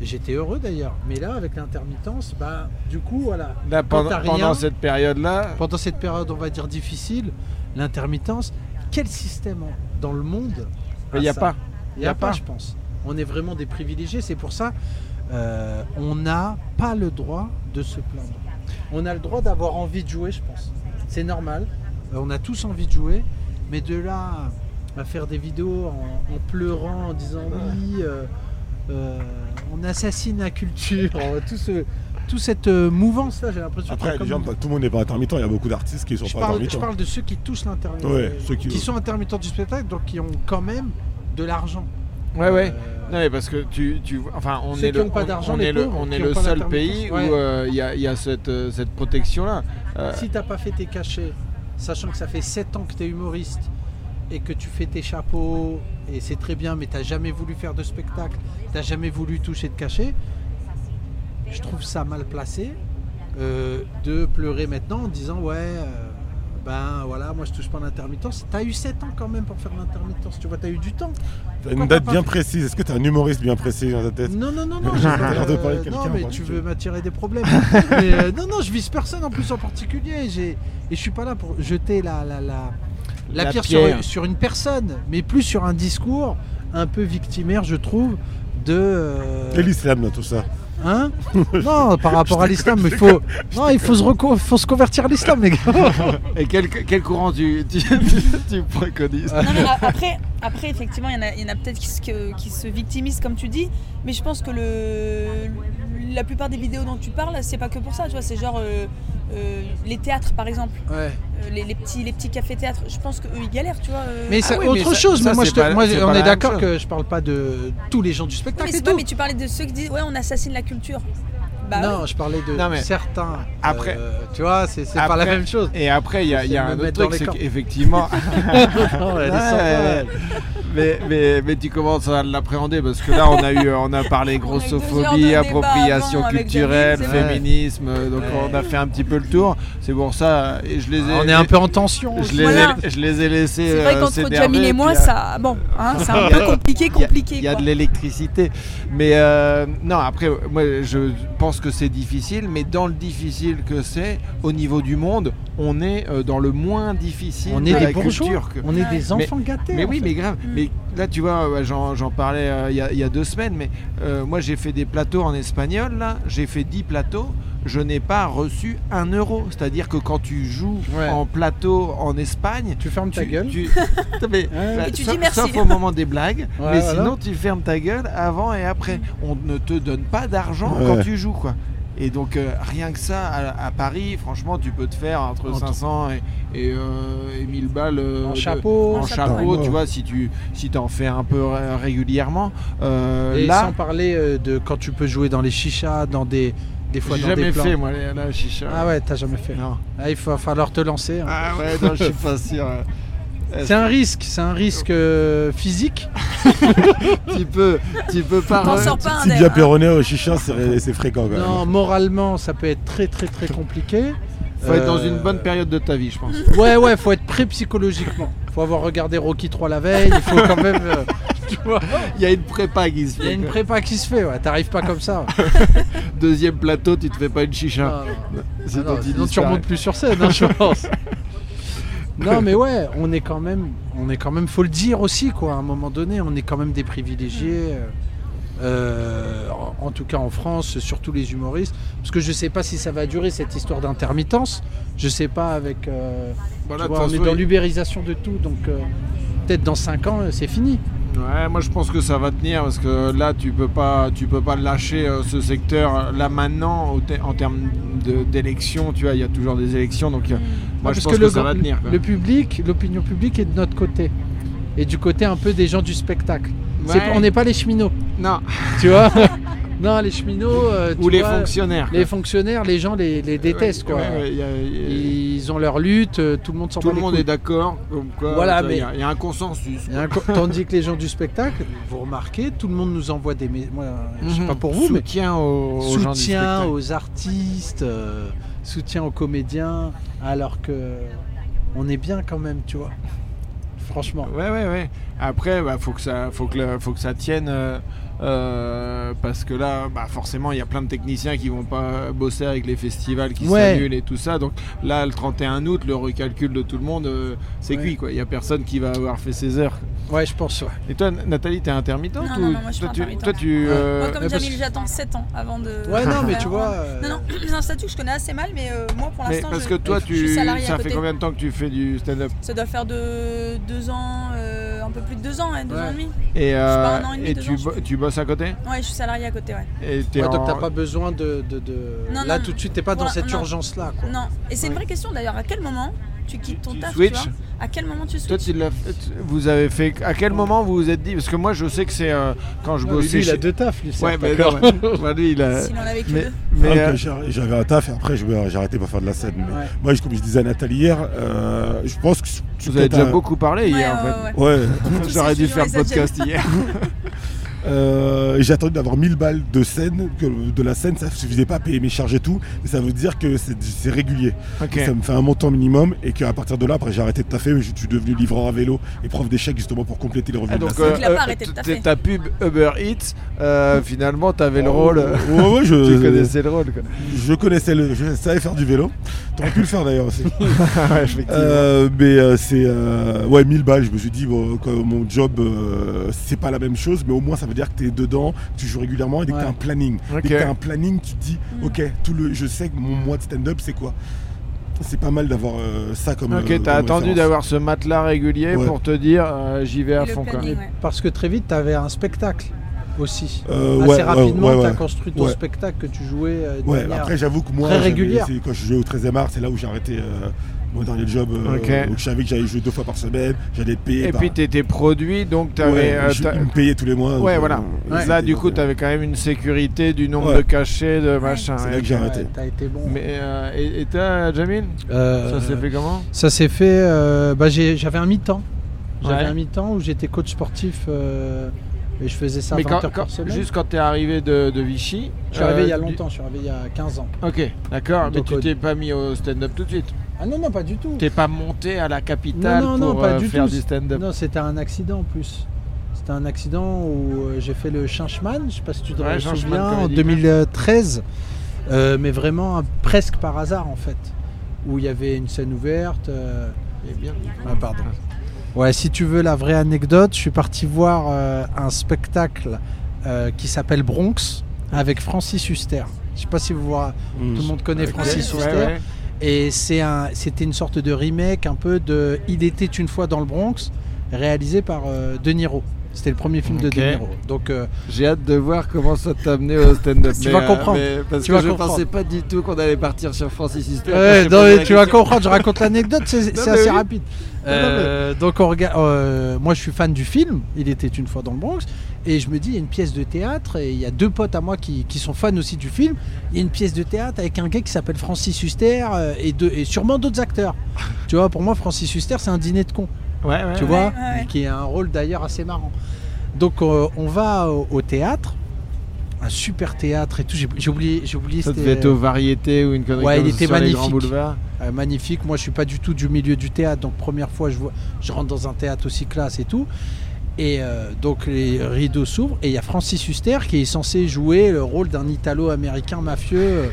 Et J'étais heureux d'ailleurs, mais là avec l'intermittence, bah du coup voilà,
Là,
Quand
pendant,
t'as rien-
pendant cette période-là,
pendant cette période, on va dire difficile, l'intermittence, quel système en- dans le monde
il n'y a
ça
pas.
Il n'y a, pas, je pense. On est vraiment des privilégiés. C'est pour ça, euh, on n'a pas le droit de se plaindre. On a le droit d'avoir envie de jouer, je pense. C'est normal. Euh, on a tous envie de jouer, mais de là à faire des vidéos en, en pleurant, en disant oui, euh, euh, on assassine la culture, tout ce, tout cette euh, mouvance là, j'ai l'impression.
Après,
que comme-
déjà, pas- tout le monde n'est pas intermittent. Il y a beaucoup d'artistes qui ne
je
sont pas
parle, je
intermittents.
parle de ceux qui touchent l'intermittent,
Ouais, ceux qui-
qui... sont intermittents du spectacle, donc qui ont quand même de l'argent.
Ouais, ouais.
Euh,
Non mais parce que tu, tu enfin on
Ceux
est
qui
le
ont pas
on-
d'argent,
on
les
est le
pauvres,
on est
qui
le
ont pas
seul
d'intermittence.
pays
Ouais.
où euh, il y, a, il y a cette euh, cette Euh, protection là.
Si t'as pas fait tes cachets, sachant que ça fait 7 ans que t'es humoriste et que tu fais tes chapeaux et c'est très bien, mais t'as jamais voulu faire de spectacle, t'as jamais voulu toucher de cachet, je trouve ça mal placé euh, de pleurer maintenant en disant ouais. euh, ben voilà, moi je touche pas l'intermittence. T'as eu 7 ans quand même pour faire l'intermittence, tu vois, t'as eu du temps.
T'as
Pourquoi
une date
pas
bien précise. Est-ce que t'as un humoriste bien précis dans ta tête
Non, non, non, non, j'ai
T'as
pas,
l'air de
euh,
parler de
non
quelqu'un,
mais
moi,
tu
tu
veux
sais.
m'attirer des problèmes. Mais, euh, non, non, je vise personne en plus en particulier. J'ai, et je suis pas là pour jeter la, la, la, la
La
pierre,
pierre.
Sur, sur une personne, mais plus sur un discours un peu victimaire, je trouve, de. euh,
Et l'islam dans tout ça
Hein Non, par rapport à l'islam, il faut, non, il faut se, reco- faut se convertir à l'islam, les gars.
Et quel, quel courant tu, tu, tu préconises
Non, mais a- après, après, effectivement, il y en a, il y en a peut-être qui, se- que- qui se victimisent, comme tu dis, mais je pense que le, la plupart des vidéos dont tu parles, c'est pas que pour ça, tu vois, c'est genre euh, euh, les théâtres, par exemple,
Ouais.
euh, les, les petits, les petits cafés-théâtres, je pense qu'eux, ils galèrent, tu vois. euh.
Mais
Ah
c'est
oui, mais
autre
ça-
chose.
ça,
mais moi,
c'est
je te-
pas la-
moi,
c'est
on
pas la
est
même
d'accord
chose.
que je parle pas de tous les gens du
Oui,
spectacle
mais,
et
c'est
tout.
pas- mais tu parlais de ceux qui disent, ouais, on assassine la culture. Bah, ouais.
non, je parlais de
Non, mais-
certains.
Après-
euh, tu vois, c'est c'est pas
Après-
la même chose.
Et après il y a, il y a
C'est
un
me
autre
mettre dans
truc,
les
c'est
camps.
qu'effectivement,
Oh, elle est
Ouais,
sympa,
ouais.
elle.
mais, mais, mais tu commences à l'appréhender parce que là on a eu on a parlé
On a eu deux heures de
grossophobie,
débat
appropriation
avant avec
culturelle,
David,
c'est vrai.
féminisme, euh, donc
Ouais.
on a fait un petit peu le tour. C'est pour ça et je les ai
On est un peu en tension.
je les,
Voilà.
ai, je les ai laissés
C'est vrai
euh,
qu'entre
s'énerver,
Jamil et moi,
puis, euh,
ça, bon, hein, c'est un
y a-
peu compliqué, compliqué.
Il y a
quoi.
de l'électricité. Mais euh, non, après, moi, je pense que c'est difficile, mais dans le difficile que c'est, au niveau du monde, on est euh, dans le moins difficile
On
de
est
la
des bourgeois.
culture. que-
On est des
Mais-
enfants gâtés.
Mais
en
oui,
fait.
mais grave.
Mm.
Mais là, tu vois, ouais, j'en j'en parlais euh, il y, a- il y a deux semaines, mais euh, moi, j'ai fait des plateaux en espagnol, là. J'ai fait 10 plateaux. Je n'ai pas reçu un euro. C'est-à-dire que quand tu joues
Ouais.
en plateau en Espagne,
Tu fermes ta
tu-
gueule.
tu- Non, mais,
Hein
bah,
Et tu
sauf,
dis merci.
sauf au moment des blagues,
Ouais,
mais
voilà.
sinon tu fermes ta gueule avant et après. On ne te donne pas d'argent
Ouais.
quand tu joues, quoi. Et donc euh, rien que ça, à, à Paris, franchement, tu peux te faire entre
Entre-
500 et, et, euh, et 1000 balles euh,
En
de-
chapeau.
en
En
chapeau,
chapeau, ouais.
tu vois, si tu si t'en fais un peu euh, régulièrement. Euh,
Et
là,
sans parler euh, de quand tu peux jouer dans les chichas, dans des, des fois
j'ai
dans des
jamais
plans.
fait moi la la chicha.
Ah ouais, t'as jamais fait.
Non.
Ah, il va falloir te lancer. hein.
Ah ouais, non, je suis pas sûr. Est-ce
C'est un risque, c'est un risque euh, physique.
que tu peux, tu peux pas.
T'en
re-
sors pas
Si
indemne.
bien
hein.
péroné au euh, chicha, c'est c'est fréquent quand même.
Non, moralement, ça peut être très très très compliqué.
Faut être dans
Euh,
une bonne période de ta vie, je pense.
Ouais, ouais, faut être prêt psychologiquement. Faut avoir regardé Rocky 3 la veille. Il faut quand même. euh,
Il y a une prépa qui se
Il y a
fait.
une
quoi.
prépa qui se fait. Ouais, t'arrives pas comme ça. ouais.
Deuxième plateau, tu te fais pas une chicha.
Ah Non, non.
C'est
Ah non,
quand il
sinon tu
disparaît.
remontes plus sur scène, hein, je pense. non, mais ouais, on est quand même, on est quand même, faut le dire aussi, quoi. À un moment donné, on est quand même des privilégiés. euh, euh, en- en tout cas en France, surtout les humoristes, parce que je sais pas si ça va durer cette histoire d'intermittence. Je sais pas avec. euh,
Voilà,
tu
Bah de toute
vois, on est
façon,
dans
il-
l'ubérisation de tout, donc euh, peut-être dans 5 ans, euh, c'est fini.
Ouais, moi je pense que ça va tenir parce que là tu peux pas, tu peux pas lâcher euh, ce secteur là maintenant au te- en termes de- d'élections. Tu vois, il y a toujours des élections, donc euh, moi je
Hmm. Ah, Parce
pense que,
le,
ça
grand-
va tenir. quoi.
le public, l'opinion publique est de notre côté, et du côté un peu des gens du spectacle. C'est-
Ouais.
on n'est pas les cheminots.
Non,
tu vois non les cheminots euh, Ah, tu
ou les
vois,
fonctionnaires.
les
quoi.
fonctionnaires les gens les, les détestent
Ouais,
quoi
ouais, il y a- il y a-
ils ont leur lutte euh, tout le monde s'en
Tout
bat
le
les
monde
couilles.
est d'accord, comme quoi,
Voilà,
tu vois, il y a-
mais-
il y, a un consensus.
Il y a un co- tandis que les gens du spectacle vous remarquez tout le monde nous envoie des mé- moi, je sais
Mhm.
pas pour vous mais
soutien aux, aux gens du
soutien
spectacle.
aux artistes euh, soutien aux comédiens alors que on est bien quand même tu vois franchement
Ouais, ouais, ouais. Après, bah, faut que ça, faut que, le- faut que ça tienne. euh, euh, parce que là, bah, forcément, il y a plein de techniciens qui vont pas bosser avec les festivals qui
Ouais.
s'annulent et tout ça. Donc là, le 31 août, le recalcul de tout le monde, euh, c'est
Ouais.
cuit. quoi. Il y a personne qui va avoir fait ses heures.
ouais je pense ouais.
Et toi, Nathalie, t'es intermittente
Non,
ou
non, non, moi, je suis
toi,
pas
tu,
intermittente.
toi, tu,
Ouais.
euh,
Moi, comme
mais parce
Jamil,
que-
j'attends 7 ans avant de.
Ouais, non mais
faire
tu
un-
vois
Non,
euh,
non, c'est un statut que je connais assez mal, mais euh, moi pour
mais
l'instant.
parce
je-
que toi,
je suis
tu,
salarié à
ça fait
côté.
combien de temps que tu fais du stand-up
Ça doit faire de 2 ans, euh, un peu plus de 2 ans, 2
Ouais.
ans et demi.
Et, euh,
pas, un an et demi,
et
deux
tu,
ans, je
bo- tu bosses à côté
Ouais, je suis salarié à côté, ouais.
et t'es
ouais, donc
en-
t'as pas besoin de, de- de-
Non,
là
non.
tout de suite t'es pas dans
Voilà,
cette
non.
urgence là quoi
Non, et c'est une
Ouais.
vraie question d'ailleurs, à quel moment tu quittes ton
tu
taf
switches
tu vois À quel moment tu
Toi,
switches
tu l'as fait- tu- vous avez fait. À quel moment vous vous êtes dit Parce que moi, je sais que c'est euh, quand je
Non, mais
bossais.
lui, il a
chez-
deux tafs, lui, c'est
Ouais, mais
d'accord.
non, mais- bah, lui, il a.
S'il en avait que
Mais,
deux.
mais,
Alors que
euh,
j'arri- j'avais un taf et après je- j'ai arrêté pour faire de la scène. mais
Ouais.
Moi, je- comme je disais à Nathalie hier, euh, je pense que tu
vous avez
peux
déjà
t'in-
beaucoup parlé hier, en
ouais,
fait.
ouais, ouais.
Ouais.
Tous ces
J'aurais dû
sujets, on
faire le
les a déjà
podcast hier.
Euh, j'ai attendu d'avoir 1000 balles de scène, que de la scène, ça suffisait pas à payer mes charges et tout, mais ça veut dire que c'est c'est régulier.
Ok.
Ça me fait un montant minimum et qu'à partir de là, après j'ai arrêté de taffer, mais je suis devenu livreur à vélo et prof d'échecs justement pour compléter les revenus
Ah,
de la
donc,
scène.
euh,
il a pas
euh,
arrêté de
t-
taffer.
ta pub Uber Eats, euh, finalement, t'avais le rôle. euh,
Oh, Ouais, ouais, je,
tu connaissais le rôle, quoi.
je connaissais le. Je savais faire du vélo. T'aurais pu le faire d'ailleurs aussi. Ah
Ouais, effectivement.
Euh, mais euh, c'est euh, ouais 1000 balles je me suis dit bon, que mon job euh, c'est pas la même chose mais au moins ça veut dire que t'es dedans que tu joues régulièrement et dès que
Ouais.
t'as un planning
Ok.
dès que t'as un planning tu te dis
Mm.
ok tout le je sais que mon mois de stand-up c'est quoi c'est pas mal d'avoir euh, ça comme
Ok,
euh,
t'as
comme
attendu
référence.
d'avoir ce matelas régulier
Ouais.
pour te dire euh, j'y vais à
Et le
fond. Quoi.
planning, ouais.
Parce que très vite, tu avais un spectacle aussi.
Euh,
Assez
ouais, ouais,
rapidement,
ouais, ouais.
tu as construit ton
Ouais.
spectacle que tu jouais euh, de
Ouais,
manière-
après j'avoue que moi,
très
j'avais-
régulière.
c'est- quand je jouais au 13e art, c'est là où j'ai arrêté euh, mon dernier job. euh,
Ok.
Donc je savais que j'allais jouer deux fois par semaine, j'allais être payé.
Et
par...
puis t'étais produit, donc
bah. ouais,
t'avais. euh,
je-
t'as-
ils me payaient tous les mois. donc,
Ouais,
euh,
voilà.
c'était-
Là, du coup, t'avais quand même une sécurité du nombre
Ouais.
de cachets, de machin.
C'est
ouais.
là que j'ai
Ouais,
arrêté.
t'as été bon.
Mais, euh, et et toi, Jamil
Euh,
Ça s'est fait comment
ça s'est fait, euh, bah, j'ai- j'avais un mi-temps. J'avais
Ouais.
un mi-temps où j'étais coach sportif euh, et je faisais ça
Mais
20
quand,
heures
quand-
par semaine.
juste quand t'es arrivé de, de Vichy
Je suis arrivé
euh,
il y a
du-
longtemps, je suis arrivé il y a 15 ans.
Ok, d'accord, mais
Donc,
tu
au-
t'es pas mis au stand-up tout de suite.
Ah non, non, pas du tout.
T'es pas monté à la capitale
Non, non, non,
pour
pas
euh,
du
faire
tout.
du stand-up.
Non, c'était un accident en plus. C'était un accident où euh, j'ai fait le Changeman, je sais pas si tu te
Ouais, Changeman
souviens, en
Comedy
2013, euh, mais vraiment euh, presque par hasard en fait, où il y avait une scène ouverte. euh,
Eh bien,
ah, pardon. Ouais, si tu veux la vraie anecdote, je suis parti voir euh, un spectacle euh, qui s'appelle Bronx avec Francis Huster. Je sais pas si vous voyez, tout le monde connaît
Hmm. ok,
Francis
ouais,
Huster.
ouais.
Et c'est un- c'était une sorte de remake un peu de Il était une fois dans le Bronx, réalisé par euh, De Niro. C'était le premier film
Ok.
de De Niro. Donc, euh,
J'ai hâte de voir comment ça t'a amené au stand-up.
Tu
mais,
vas
euh,
comprendre.
mais- parce
Tu
que
vas
je
comprendre.
pensais pas du tout qu'on allait partir sur Francis Huster.
ouais,
J'ai
non,
posé
mais
la
tu vas
question.
comprendre, je raconte l'anecdote, c'est
Non,
c'est
mais
assez
oui.
rapide. Euh, donc, on rega- euh, moi, je suis fan du film, Il était une fois dans le Bronx, et je me dis, il y a une pièce de théâtre, et il y a deux potes à moi qui, qui sont fans aussi du film. Il y a une pièce de théâtre avec un gars qui s'appelle Francis Huster euh, et, de- et sûrement d'autres acteurs. Tu vois, pour moi, Francis Huster, c'est un dîner de cons.
Ouais, ouais,
tu
Ah ouais.
vois,
ouais, ouais.
qui a un rôle d'ailleurs assez marrant. Donc euh, on va au, au théâtre, un super théâtre et tout. J'ai j'ai oublié, j'ai oublié.
Ça
c'était-
devait être aux variétés ou une connerie
Ouais,
comme
il
ça
était
sur les grands
magnifique.
boulevards.
Euh, magnifique. Moi, je suis pas du tout du milieu du théâtre, donc première fois, je, vois, je rentre dans un théâtre aussi classe et tout. Et euh, donc les rideaux s'ouvrent et il y a Francis Huster qui est censé jouer le rôle d'un Italo-américain mafieux.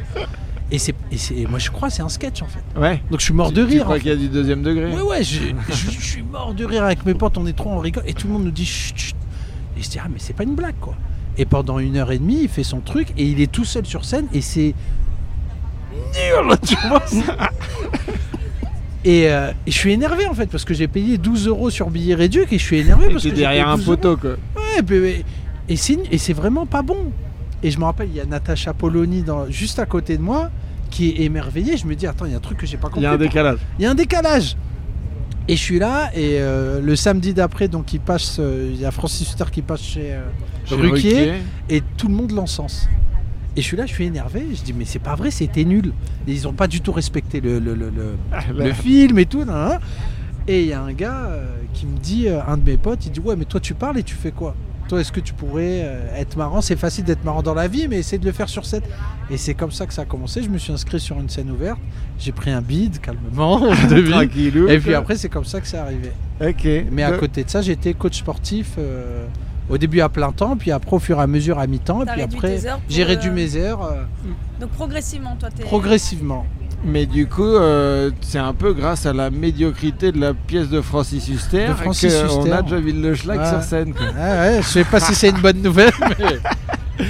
Et c'est, et c'est- et moi, je crois, que c'est un sketch en fait.
Ouais.
Donc je suis mort
Tu-
de
Tu
rire. en
crois qu'il y a du deuxième degré
Ouais, ouais, je, je- je suis mort de rire avec mes potes, on est trop en rigole, et tout le monde nous dit chut, chut. Et je dis, ah, mais c'est pas une blague, quoi. Et pendant une heure et demie, il fait son truc, et il est tout seul sur scène, et c'est nul, tu vois. c'est- Et, euh, et je suis énervé, en fait, parce que j'ai payé 12 euros sur billet réduit, et je suis énervé parce
T'es
que. j'ai
derrière
payé
un
12 euros.
poteau quoi.
Ouais, mais- et c'est, et c'est vraiment pas bon. Et je me rappelle, il y a Natacha Poloni dans, juste à côté de moi qui est émerveillée. Je me dis, attends, il y a un truc que j'ai pas compris.
Il y a un décalage.
Il y a un décalage. Et je suis là, et euh, le samedi d'après, donc il passe, euh, il y a Francis Huster qui passe chez, euh,
Chez
Ruquier,
Ruquier.
et tout le monde l'encense. Et je suis là, je suis énervé, je dis mais c'est pas vrai, c'était nul. Et ils ont pas du tout respecté le, le- le- le- le film et tout. nan, nan, nan. Et il y a un gars euh, qui me dit, euh, un de mes potes, il dit ouais mais toi tu parles et tu fais quoi Toi est-ce que tu pourrais euh, être marrant C'est facile d'être marrant dans la vie, mais essaie de le faire sur scène. Et c'est comme ça que ça a commencé. Je me suis inscrit sur une scène ouverte, j'ai pris un bide calmement, de bide.
Tranquillou.
Et puis
quoi.
après, c'est comme ça que c'est arrivé.
Ok.
Mais à
Donc,
côté de ça, j'étais coach sportif euh, au début à plein temps, puis après au fur et à mesure à mi-temps, et
T'as
puis
réduit
après
tes heures pour,
j'ai réduit
euh,
mes heures euh,
Donc progressivement, toi, t'es.
progressivement.
Mais du coup, euh, c'est un peu grâce à la médiocrité de la pièce de Francis Huster
De Francis
qu'on a
Huster.
déjà vu le schlag
Ouais.
sur scène. quoi.
Ah ouais, je sais pas si c'est une bonne nouvelle, mais,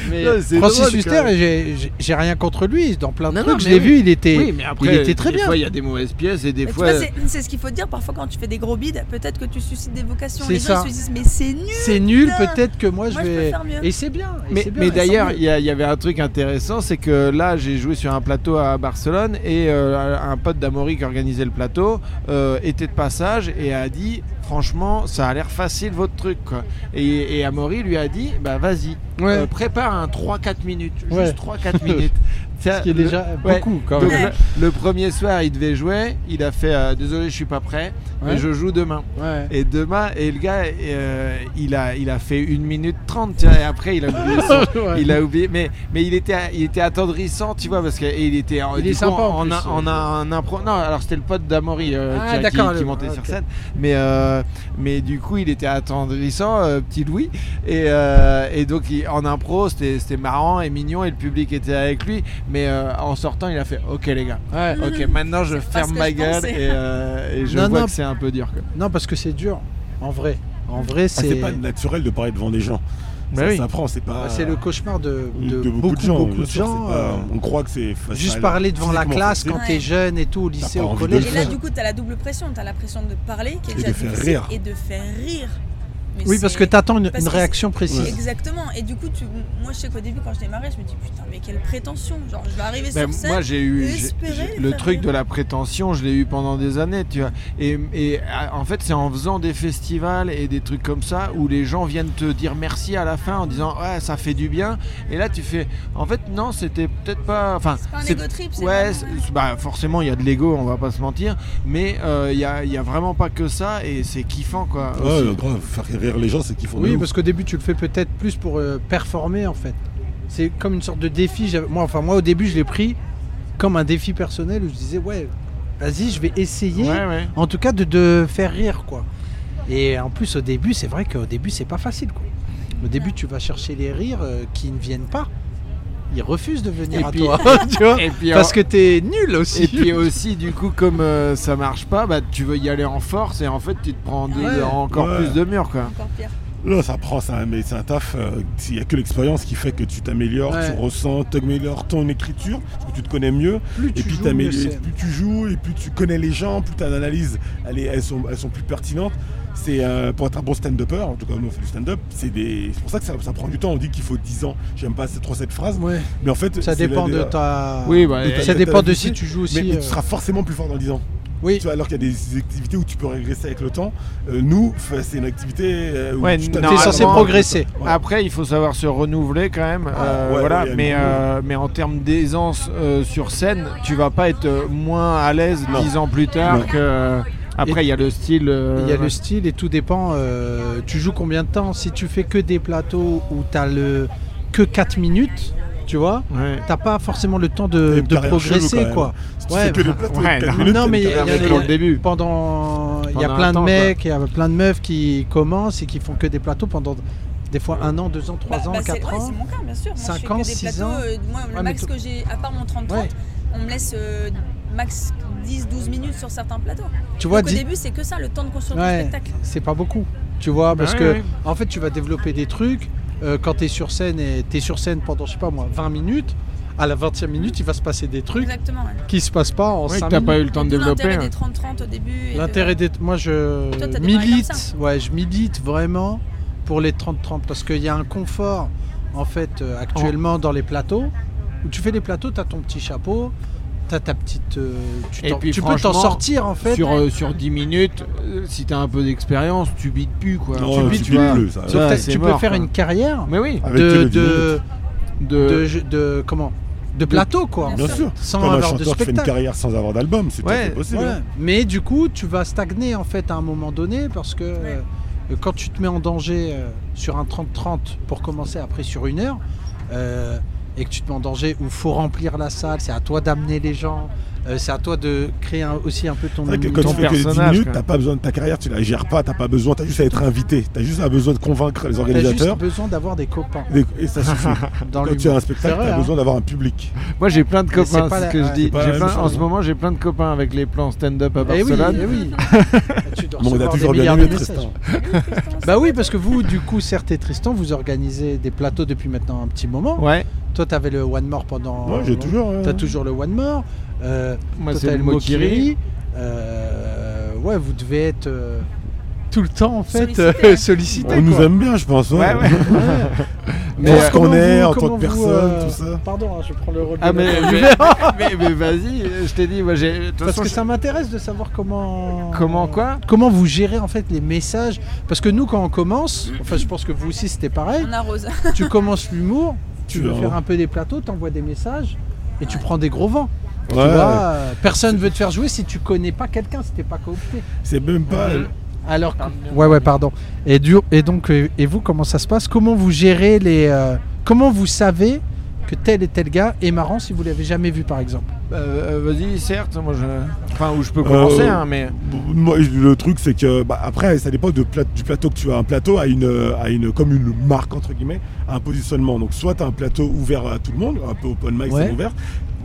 mais
Non, c'est
Francis
drôle, quand
Huster,
même.
j'ai- j'ai- j'ai rien contre lui dans plein de
Non, non,
trucs. je
mais
l'ai
oui.
vu, il était,
oui, mais après,
il était très
des
bien.
fois, il y a des mauvaises pièces et des
Mais tu
fois.
vois, c'est- c'est ce qu'il faut te dire. Parfois, quand tu fais des gros bides, peut-être que tu suscites des vocations.
C'est
Les gens
ça.
ils se disent, mais c'est nul.
C'est nul,
Putain.
peut-être que moi je
Moi, je
vais.
peux faire mieux.
et c'est bien. et
Mais,
c'est bien,
mais
et
d'ailleurs,
c'est
il y, a- il y avait un truc intéressant, c'est que là, j'ai joué sur un plateau à Barcelone et euh, un pote d'Amaury qui organisait le plateau euh, était de passage et a dit Franchement, ça a l'air facile votre truc. quoi. Et, et Amaury lui a dit Bah vas-y,
mieux. Ouais,
euh, prépare un 3-4 minutes,
Ouais.
juste 3-4 minutes. Tiens,
ce qui est
le-
déjà
ouais.
beaucoup quand
Donc,
même.
Ouais.
le, le premier soir, il devait jouer. Il a fait euh, Désolé, je suis pas prêt, mais
Ouais.
je joue demain.
Ouais.
Et demain, et le gars, euh, il, a, il a fait 1 minute 30, tu vois, et après, il a oublié son-
Ouais.
il a oublié, mais, mais il, était, il était attendrissant, tu vois, parce que et il était en-
Il
du
est
coup,
sympa, en
en,
plus.
un- en un- un impro. Non, alors c'était le pote d'Amaury euh,
Ah,
qui, a- qui-
d'accord,
qui
le-
montait sur
ok.
scène, mais, euh, mais du coup il était attendrissant, euh, petit Louis, et, euh, et donc il- en impro c'était c'était marrant et mignon et le public était avec lui, mais euh, en sortant il a fait OK les gars,
Ouais.
Mm.
OK maintenant je
C'est pas
ferme
ce que
ma
je
gueule
pensais.
et, euh, et je
Non,
vois
non.
que c'est un peu dur. Quoi.
Non, parce que c'est dur, en vrai. En vrai,
Ah,
c'est.
c'est pas naturel de parler devant des gens. ça
oui.
s'apprend, c'est pas.
Bah, c'est le cauchemar de,
de,
de beaucoup,
de gens.
beaucoup
bien
de
sûr,
gens,
c'est pas-
euh,
on croit que c'est facile.
juste parler devant la
physiquement
classe
facile.
quand
facile.
t'es jeune et tout, au lycée,
pas
au
envie de
collège.
Et là, du coup, t'as la double pression. T'as la pression de parler, qui est
Et
déjà
de faire
difficile,
rire.
et de faire rire. Mais
Oui,
c'est-
parce que t'attends une,
parce
une
que
réaction précise.
Exactement. Et du coup, tu... moi, je sais qu'au début, quand je démarrais, je me dis putain, mais quelle prétention. Genre, je vais arriver
Ben,
sur scène.
moi j'ai eu j'ai-
espérer
j'ai-
les
le
faire
truc
rire.
de la prétention, je l'ai eu pendant des années, tu vois. Et, et, à- Ah, en fait, c'est en faisant des festivals et des trucs comme ça où les gens viennent te dire merci à la fin en disant ouais ça fait du bien. Et là tu fais en fait non c'était peut-être pas enfin
C'est pas un
c'est-
ego trip, c'est
ouais
vraiment-
c'est- bah forcément il y a de l'ego on va pas se mentir mais euh, il y, a, il y a vraiment pas que ça et c'est kiffant quoi.
Ouais,
aussi.
euh, grave, faire rire les gens, c'est qu'ils font
Oui,
de
parce qu'au début, tu le fais peut-être plus pour euh, performer, en fait. C'est comme une sorte de défi. J'avais- Moi, enfin, moi, au début, je l'ai pris comme un défi personnel où je disais, ouais, vas-y, je vais essayer,
Ouais, ouais.
en tout cas, de, de faire rire, quoi. Et en plus, au début, c'est vrai qu'au début, c'est pas facile, quoi. Au début, tu vas chercher les rires euh, qui ne viennent pas. Ils refusent de venir
Et
à
puis-
toi, tu vois.
Et puis,
Parce
en-
que t'es nul aussi.
Et puis aussi, du coup, comme euh, ça marche pas, bah, tu veux y aller en force et en fait, tu te prends des-
Ouais.
encore
Ouais.
plus de murs. Quoi.
Encore pire.
Là, ça prend, c'est un, mais c'est un taf. euh, Il n'y a que l'expérience qui fait que tu t'améliores,
Ouais.
tu ressens, tu améliores ton écriture, parce que tu te connais mieux.
plus
Et
tu
puis,
joues, mieux
t'améliores-
c'est.
plus tu joues, et plus tu connais les gens, plus tes analyses, elles, est- elles sont, elles sont plus pertinentes. C'est euh, pour être un bon stand-upper, en tout cas, nous on fait du stand-up, c'est des- c'est pour ça que ça, ça prend du temps. On dit qu'il faut 10 ans. J'aime pas trop cette phrase,
Ouais.
mais en fait,
Ça
c'est
dépend
la-
de ta.
hein. Oui, bah,
de ta-
Ça
de ta
dépend de
vitesse.
si tu joues aussi.
Mais, mais
euh,
tu seras forcément plus fort dans 10 ans.
bah,
Oui.
Tu vois, alors qu'il y a des activités où tu peux régresser avec le temps. Euh, nous, fa- c'est une activité euh, où
Ouais,
tu
T'es
t'améliores.
censé
Normalement,
progresser. Ah,
Après, il faut savoir se renouveler quand même. euh,
Ah, ouais,
voilà.
ouais, ouais,
mais,
non,
euh, mais en termes d'aisance euh, sur scène, tu vas pas être euh, moins à l'aise
Non.
dix ans plus tard
Non.
que. euh, Après, il y a le style. euh,
Il y a le style et tout dépend. euh, tu joues combien de temps Si tu fais que des plateaux où t'as le que 4 minutes, tu vois,
ouais.
t'as pas forcément le temps
T'as
de,
une
de
carrière chelou, quand
progresser
même.
quoi.
Si tu
Ouais,
fais que des plateaux de
ouais,
quatre
non.
minutes,
Non,
t'as
mais
une
il y a-
carrière
il y
Permet
a-
chelou.
dans le début.
Pendant, il y a
Pendant un
plein de
temps, quoi.
mecs, il y a plein de meufs qui commencent et qui font que des plateaux pendant des fois un an, deux ans, trois
Bah-
ans,
bah, c'est-
quatre
ouais,
ans.
c'est mon cas, bien sûr. Moi, je
cinq
fais
ans,
que des
six
plateaux,
ans.
euh, moi, le
Ouais, mais
max
tout-
que j'ai, à part mon 30-30,
Ouais.
on me laisse euh, max 10-12 minutes sur certains plateaux.
Tu vois,
Donc,
dis-
au début, c'est que ça, le temps de construire
Ouais.
ton spectacle.
c'est pas beaucoup. Tu vois, parce
ouais,
que
ouais.
en fait, tu vas développer des trucs. euh, quand tu es sur scène et tu es sur scène pendant, je sais pas moi, 20 minutes, à la 20e minute, il va se passer des trucs
Exactement. ouais.
qui se passent pas en
Ouais,
5
t'as pas
minutes.
eu le temps de
D'où
développer.
L'intérêt
hein.
des 30-30 au début. et de-
L'intérêt d'être. Moi, je
Toi, t'as démarré comme
milite.
ça.
Ouais, je milite vraiment pour les 30-30 parce qu'il y a un confort, en fait, euh, actuellement dans les plateaux. Où tu fais les plateaux, tu as ton petit chapeau, tu as ta petite. euh, tu
Et
t'en-
puis,
tu peux t'en
franchement,
sortir, en fait.
Sur, euh, sur 10 minutes, euh, si t'as un peu d'expérience, tu bites plus quoi.
Non,
tu
tu
bites,
bites
vois.
plus, ça.
Sauf
Ouais,
que t'as-
c'est
tu peux
mort,
faire
quoi.
une carrière
Mais oui,
Avec que
de,
des
de,
de,
de, de- comment de plateau quoi
Bien sûr.
euh, sans
Comme un
avoir
chanteur
de
qui fait une
spectacle
carrière sans avoir d'album, c'est tout à
Ouais,
fait possible.
Ouais.
hein.
mais du coup tu vas stagner en fait à un moment donné parce que
Ouais.
euh, quand tu te mets en danger euh, sur un 30-30 pour commencer après sur une heure euh, et que tu te mets en danger où faut remplir la salle c'est à toi d'amener les gens euh, c'est à toi de créer un- aussi un peu ton,
C'est vrai que quand
ton-
tu fais que les 10
personnage,
minutes,
quoi.
t'as pas besoin de ta carrière, tu la gères pas, t'as pas besoin, t'as juste à être invité, t'as juste à besoin de convaincre les
t'as juste
organisateurs.
besoin d'avoir des copains
Et ça suffit. Quand
dans
tu as
l'humour
un spectacle,
C'est vrai,
t'as
hein.
besoin d'avoir un public.
Moi j'ai plein de
Mais c'est
copains,
pas
c'est
la-
ce que
ouais,
je dis.
c'est pas
J'ai
la
plein-
même
en ce
chose,
moment j'ai plein de copains avec les plans stand-up à
Eh oui,
Barcelone.
eh oui. Tu dois
Bon, on a
recevoir
toujours
des
bien
milliards
aimé
de
Tristan.
messages.
Exactement.
Bah oui, parce que vous, du coup, certes et Tristan, vous organisez des plateaux depuis maintenant un petit moment.
Ouais,
Toi, t'avais le One More pendant.
Moi, j'ai toujours. euh,
T'as toujours le One More. Euh,
moi
toi,
c'est
t'as
le
le
Mokiri.
Mokiri. Euh, ouais, vous devez être euh, tout le temps en fait
Sollicité.
euh, sollicité.
On nous
quoi.
aime bien, je pense.
Ouais, ouais.
Mais
Mais,
ce
euh,
qu'on
comment
est
vous-
en tant
comment
que
vous,
personne,
euh,
tout ça.
Pardon, hein, je prends le rôle.
Ah
de-
mais, mais, mais- mais vas-y, je t'ai dit, moi j'ai. de toute
Parce
façon,
que
je-
ça m'intéresse de savoir comment.
Comment quoi
Comment vous gérez en fait les messages Parce que nous, quand on commence, enfin, je pense que vous aussi c'était pareil.
On arrose.
tu commences l'humour, tu
Tu
veux
vas
faire
en-
un peu des plateaux, t'envoies des messages et tu prends des gros vents. Tu
Ouais.
vois, euh, personne veut te faire jouer si tu connais pas quelqu'un, si t'es pas coopté.
C'est même pas.
Alors, que- ouais, ouais, pardon. Et, du- et donc, euh, et vous, comment ça se passe Comment vous gérez les euh, Comment vous savez que tel et tel gars est marrant si vous l'avez jamais vu, par exemple
Euh, euh, vas-y, certes, moi je. Enfin, où je peux commencer,
Euh,
hein, mais.
Moi, je- le truc, c'est que bah, après, ça dépend de plat- du plateau que tu as. Un plateau a une, euh, a une, comme une marque entre guillemets, a un positionnement. Donc, soit tu as un plateau ouvert à tout le monde, un peu open mic,
Ouais.
c'est ouvert.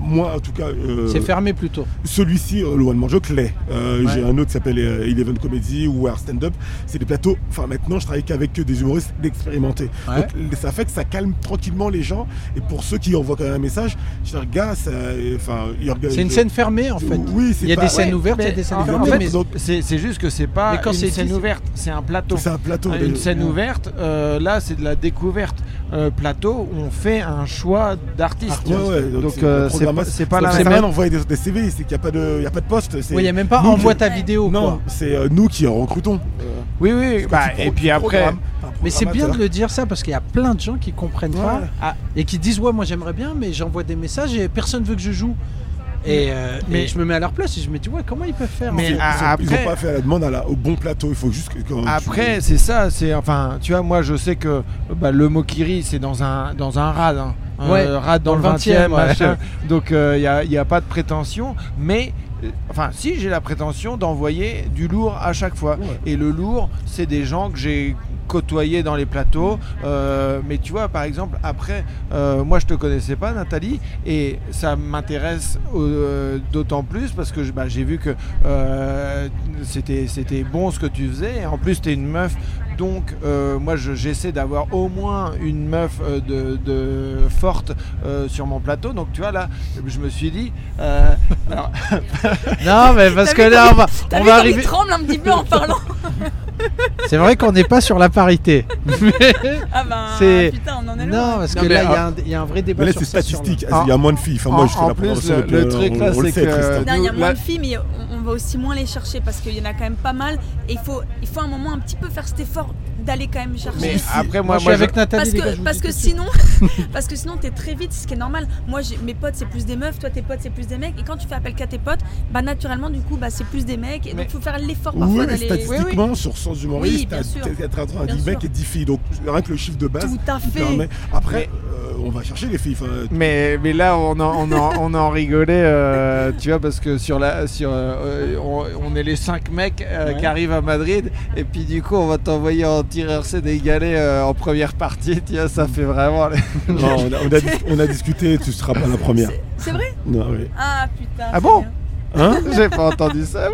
Moi, en tout cas, euh,
C'est fermé plutôt.
celui-ci, euh, le One Man Joke, l'est. Euh,
Ouais.
J'ai un autre qui s'appelle euh, Eleven Comedy ou Our Stand Up. C'est des plateaux. Enfin, maintenant, je travaille qu'avec que des humoristes expérimentés.
Ouais.
Donc, l- ça fait que ça calme tranquillement les gens. Et pour ceux qui envoient quand même un message, je dis, gars, ça- enfin, ils regardent-
C'est une scène fermée, en fait.
Oui, c'est
Il y a
pas-
des scènes
Ouais,
ouvertes, il y a
mais
des scènes
en-
fermées,
En
fermées.
fait,
mais-
donc-
c'est c'est juste que c'est pas
Mais quand
une
c'est
scène
dit, c'est-
ouverte, c'est un plateau.
C'est un
Ah,
plateau.
Une
mais-
scène ouverte, euh, là c'est de la découverte. Euh, plateau, on fait un choix d'artiste.
Ouais, ouais,
donc
c'est
euh,
la
c'est pas,
programmation.
c'est pas
Donc,
la
c'est
même.
pas mal d'envoyer des, des CV, c'est qu'il n'y a pas de, il y a pas de poste. c'est-
Ouais, Il n'y a même pas
Nous,
envoie
qui-
ta vidéo.
Non,
quoi.
c'est euh, nous qui en recrutons.
Oui, oui, bah, et puis après.
Mais
Ah,
c'est
bah,
bien de le dire ça parce qu'il y a plein de gens qui comprennent pas
Ah.
et qui disent ouais moi j'aimerais bien mais j'envoie des messages et personne veut que je joue. Et, euh,
Mais-
et je me mets à leur place et je me dis ouais comment ils peuvent faire en
Mais
fait
à-
Ils n'ont
après-
pas fait la demande à la- au bon plateau. Il faut juste que. quand tu-
Après, c'est ça, c'est enfin, tu vois, moi je sais que bah, le Mokiri c'est dans un dans un rad, hein. Un
Ouais,
rad dans,
dans
le
le
20e,
20e, ouais.
machin. donc il n'y a, y a pas de prétention, mais euh, enfin, si j'ai la prétention d'envoyer du lourd à chaque fois,
Ouais.
et le lourd, c'est des gens que j'ai côtoyés dans les plateaux, euh, mais tu vois, par exemple, après, euh, moi je te connaissais pas, Nathalie, et ça m'intéresse euh, d'autant plus parce que je- bah, j'ai vu que euh, c'était c'était bon ce que tu faisais. Et en plus, tu es une meuf. Donc, euh, moi, je- j'essaie d'avoir au moins une meuf euh, de, de forte euh, sur mon plateau. Donc, tu vois, là, je me suis dit. euh, alors,
Non mais parce
T'as
que
vu
là on va,
T'as
on
vu
va
comme
arriver.
il tremble un petit peu en parlant
C'est vrai qu'on n'est pas sur la parité. Mais-
Ah ben,
C'est-
putain, on en on est
Non,
loin.
parce
Non,
que
mais
là, il y
en-
a un- il y, a un vrai débat
Mais là,
sur
c'est
ça, sur
statistique.
Ah.
Il y a moins de filles. Enfin, moi,
En-
je fais
en
la
plus,
promotion
le-
depuis,
le
euh,
truc,
on-
là,
on le
c'est
sait,
que-
Tristan.
Non, il y a
Nous,
moins
là-
de filles, mais on, on va aussi moins les chercher parce qu'il y en a quand même pas mal. Et il faut, il faut un moment un petit le- peu faire cet effort d'aller quand même chercher.
Mais ah,
si.
après,
la-
moi,
Moi, je suis
moi, je-
avec Nathalie.
Parce
les gars, je
que,
vous
parce
dis
que
tout de suite.
sinon, parce que sinon t'es très vite, ce qui est normal. Moi, j'ai- mes potes c'est plus des meufs, toi tes potes c'est plus des mecs. Et quand tu fais appel qu'à tes potes, bah naturellement du coup bah c'est plus des mecs. Et
Mais-
donc faut faire l'effort
Oui,
parfois
mais
d'aller.
statistiquement, sur 100 humoristes,
Oui, bien
t'as
sûr.
90
Bien
mecs et 10 filles. Donc, rien que le chiffre de base
Tout à fait.
permet. Après,
Mais-
euh, on va chercher les filles. Enfin,
Mais, mais là, on en, on en- on en rigolait, euh, tu vois, parce que sur la, sur, euh, on, on est les cinq mecs euh,
Ouais.
qui arrivent à Madrid, et puis du coup, on va t'envoyer en tireur sénégalais euh, en première partie, tu vois, ça fait vraiment. les-
Non, on, a, on a dis- on a discuté, tu seras pas la première.
C'est vrai
Non, oui.
Ah putain.
Ah
c'est
bon
bien.
Hein
J'ai pas entendu ça.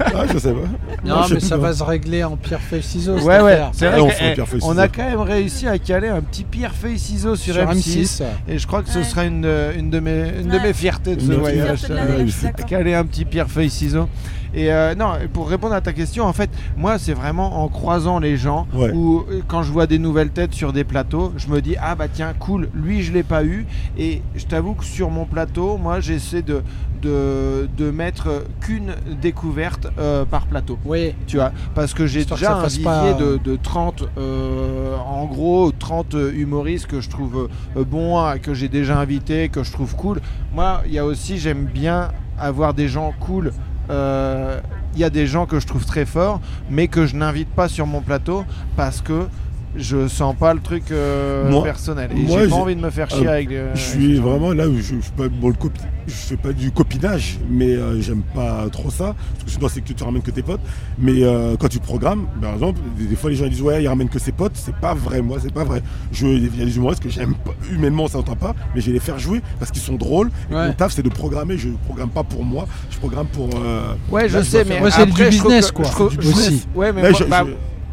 ah, Je sais pas.
Non,
je sais
mais
plus,
ça
hein.
va se régler en pierre feuille ciseaux. cette
Ouais, ouais,
affaire.
c'est
Ouais,
vrai
Ah, on
que,
fait un
eh,
pierre, feuille,
on a
ciseaux.
quand même réussi à caler un petit pierre feuille ciseaux sur,
Sur
M6,
M6.
et je crois que ce
Ouais.
sera une, de- une de mes, une de
Ouais.
mes fiertés de
Une
ce
de tes
voyage.
fiertés de l'année,
euh,
je suis d'accord.
caler un petit pierre feuille ciseaux. Et euh, non, et pour répondre à ta question, en fait, moi, c'est vraiment en croisant les gens
Ouais.
ou euh, quand je vois des nouvelles têtes sur des plateaux, je me dis ah bah tiens cool, lui je l'ai pas eu. Et je t'avoue que sur mon plateau, moi, j'essaie de de, de mettre euh, qu'une découverte euh, par plateau
Oui,
tu vois, parce que j'ai
Histoire que
déjà
ça
un
fasse
vivier
pas,
de,
euh,
de 30, euh, en gros, 30 humoristes que je trouve euh, bons, hein, que j'ai déjà invités, que je trouve cool. Moi, il y a aussi, j'aime bien avoir des gens cool. Euh, Il y a des gens que je trouve très forts, mais que je n'invite pas sur mon plateau parce que je sens pas le truc euh,
Moi-
personnel. Et
moi,
j'ai pas
j'ai-
envie de me faire chier
euh,
avec. les-
Je suis vraiment là où je, je, suis pas- bon, le copi- je fais pas du copinage, mais euh, j'aime pas trop ça. Parce que sinon, c'est que tu ramènes que tes potes. Mais euh, quand tu programmes, par exemple, des, des fois les gens disent Ouais, il ramène que ses potes. C'est pas vrai, moi, c'est pas vrai. Je- Il y a des humoristes que j'aime pas, humainement, on s'entend pas, mais je vais les faire jouer parce qu'ils sont drôles. Et
Ouais.
Mon taf, c'est de programmer. Je programme pas pour moi, je programme pour. euh,
Ouais, je
Là, je
sais,
dois
mais
faire-
Ouais, c'est du
après, je trouve
business,
que-
quoi.
je trouve-
C'est du
je trouve-
business.
Ouais, mais
là,
moi,
je-
bah,
je-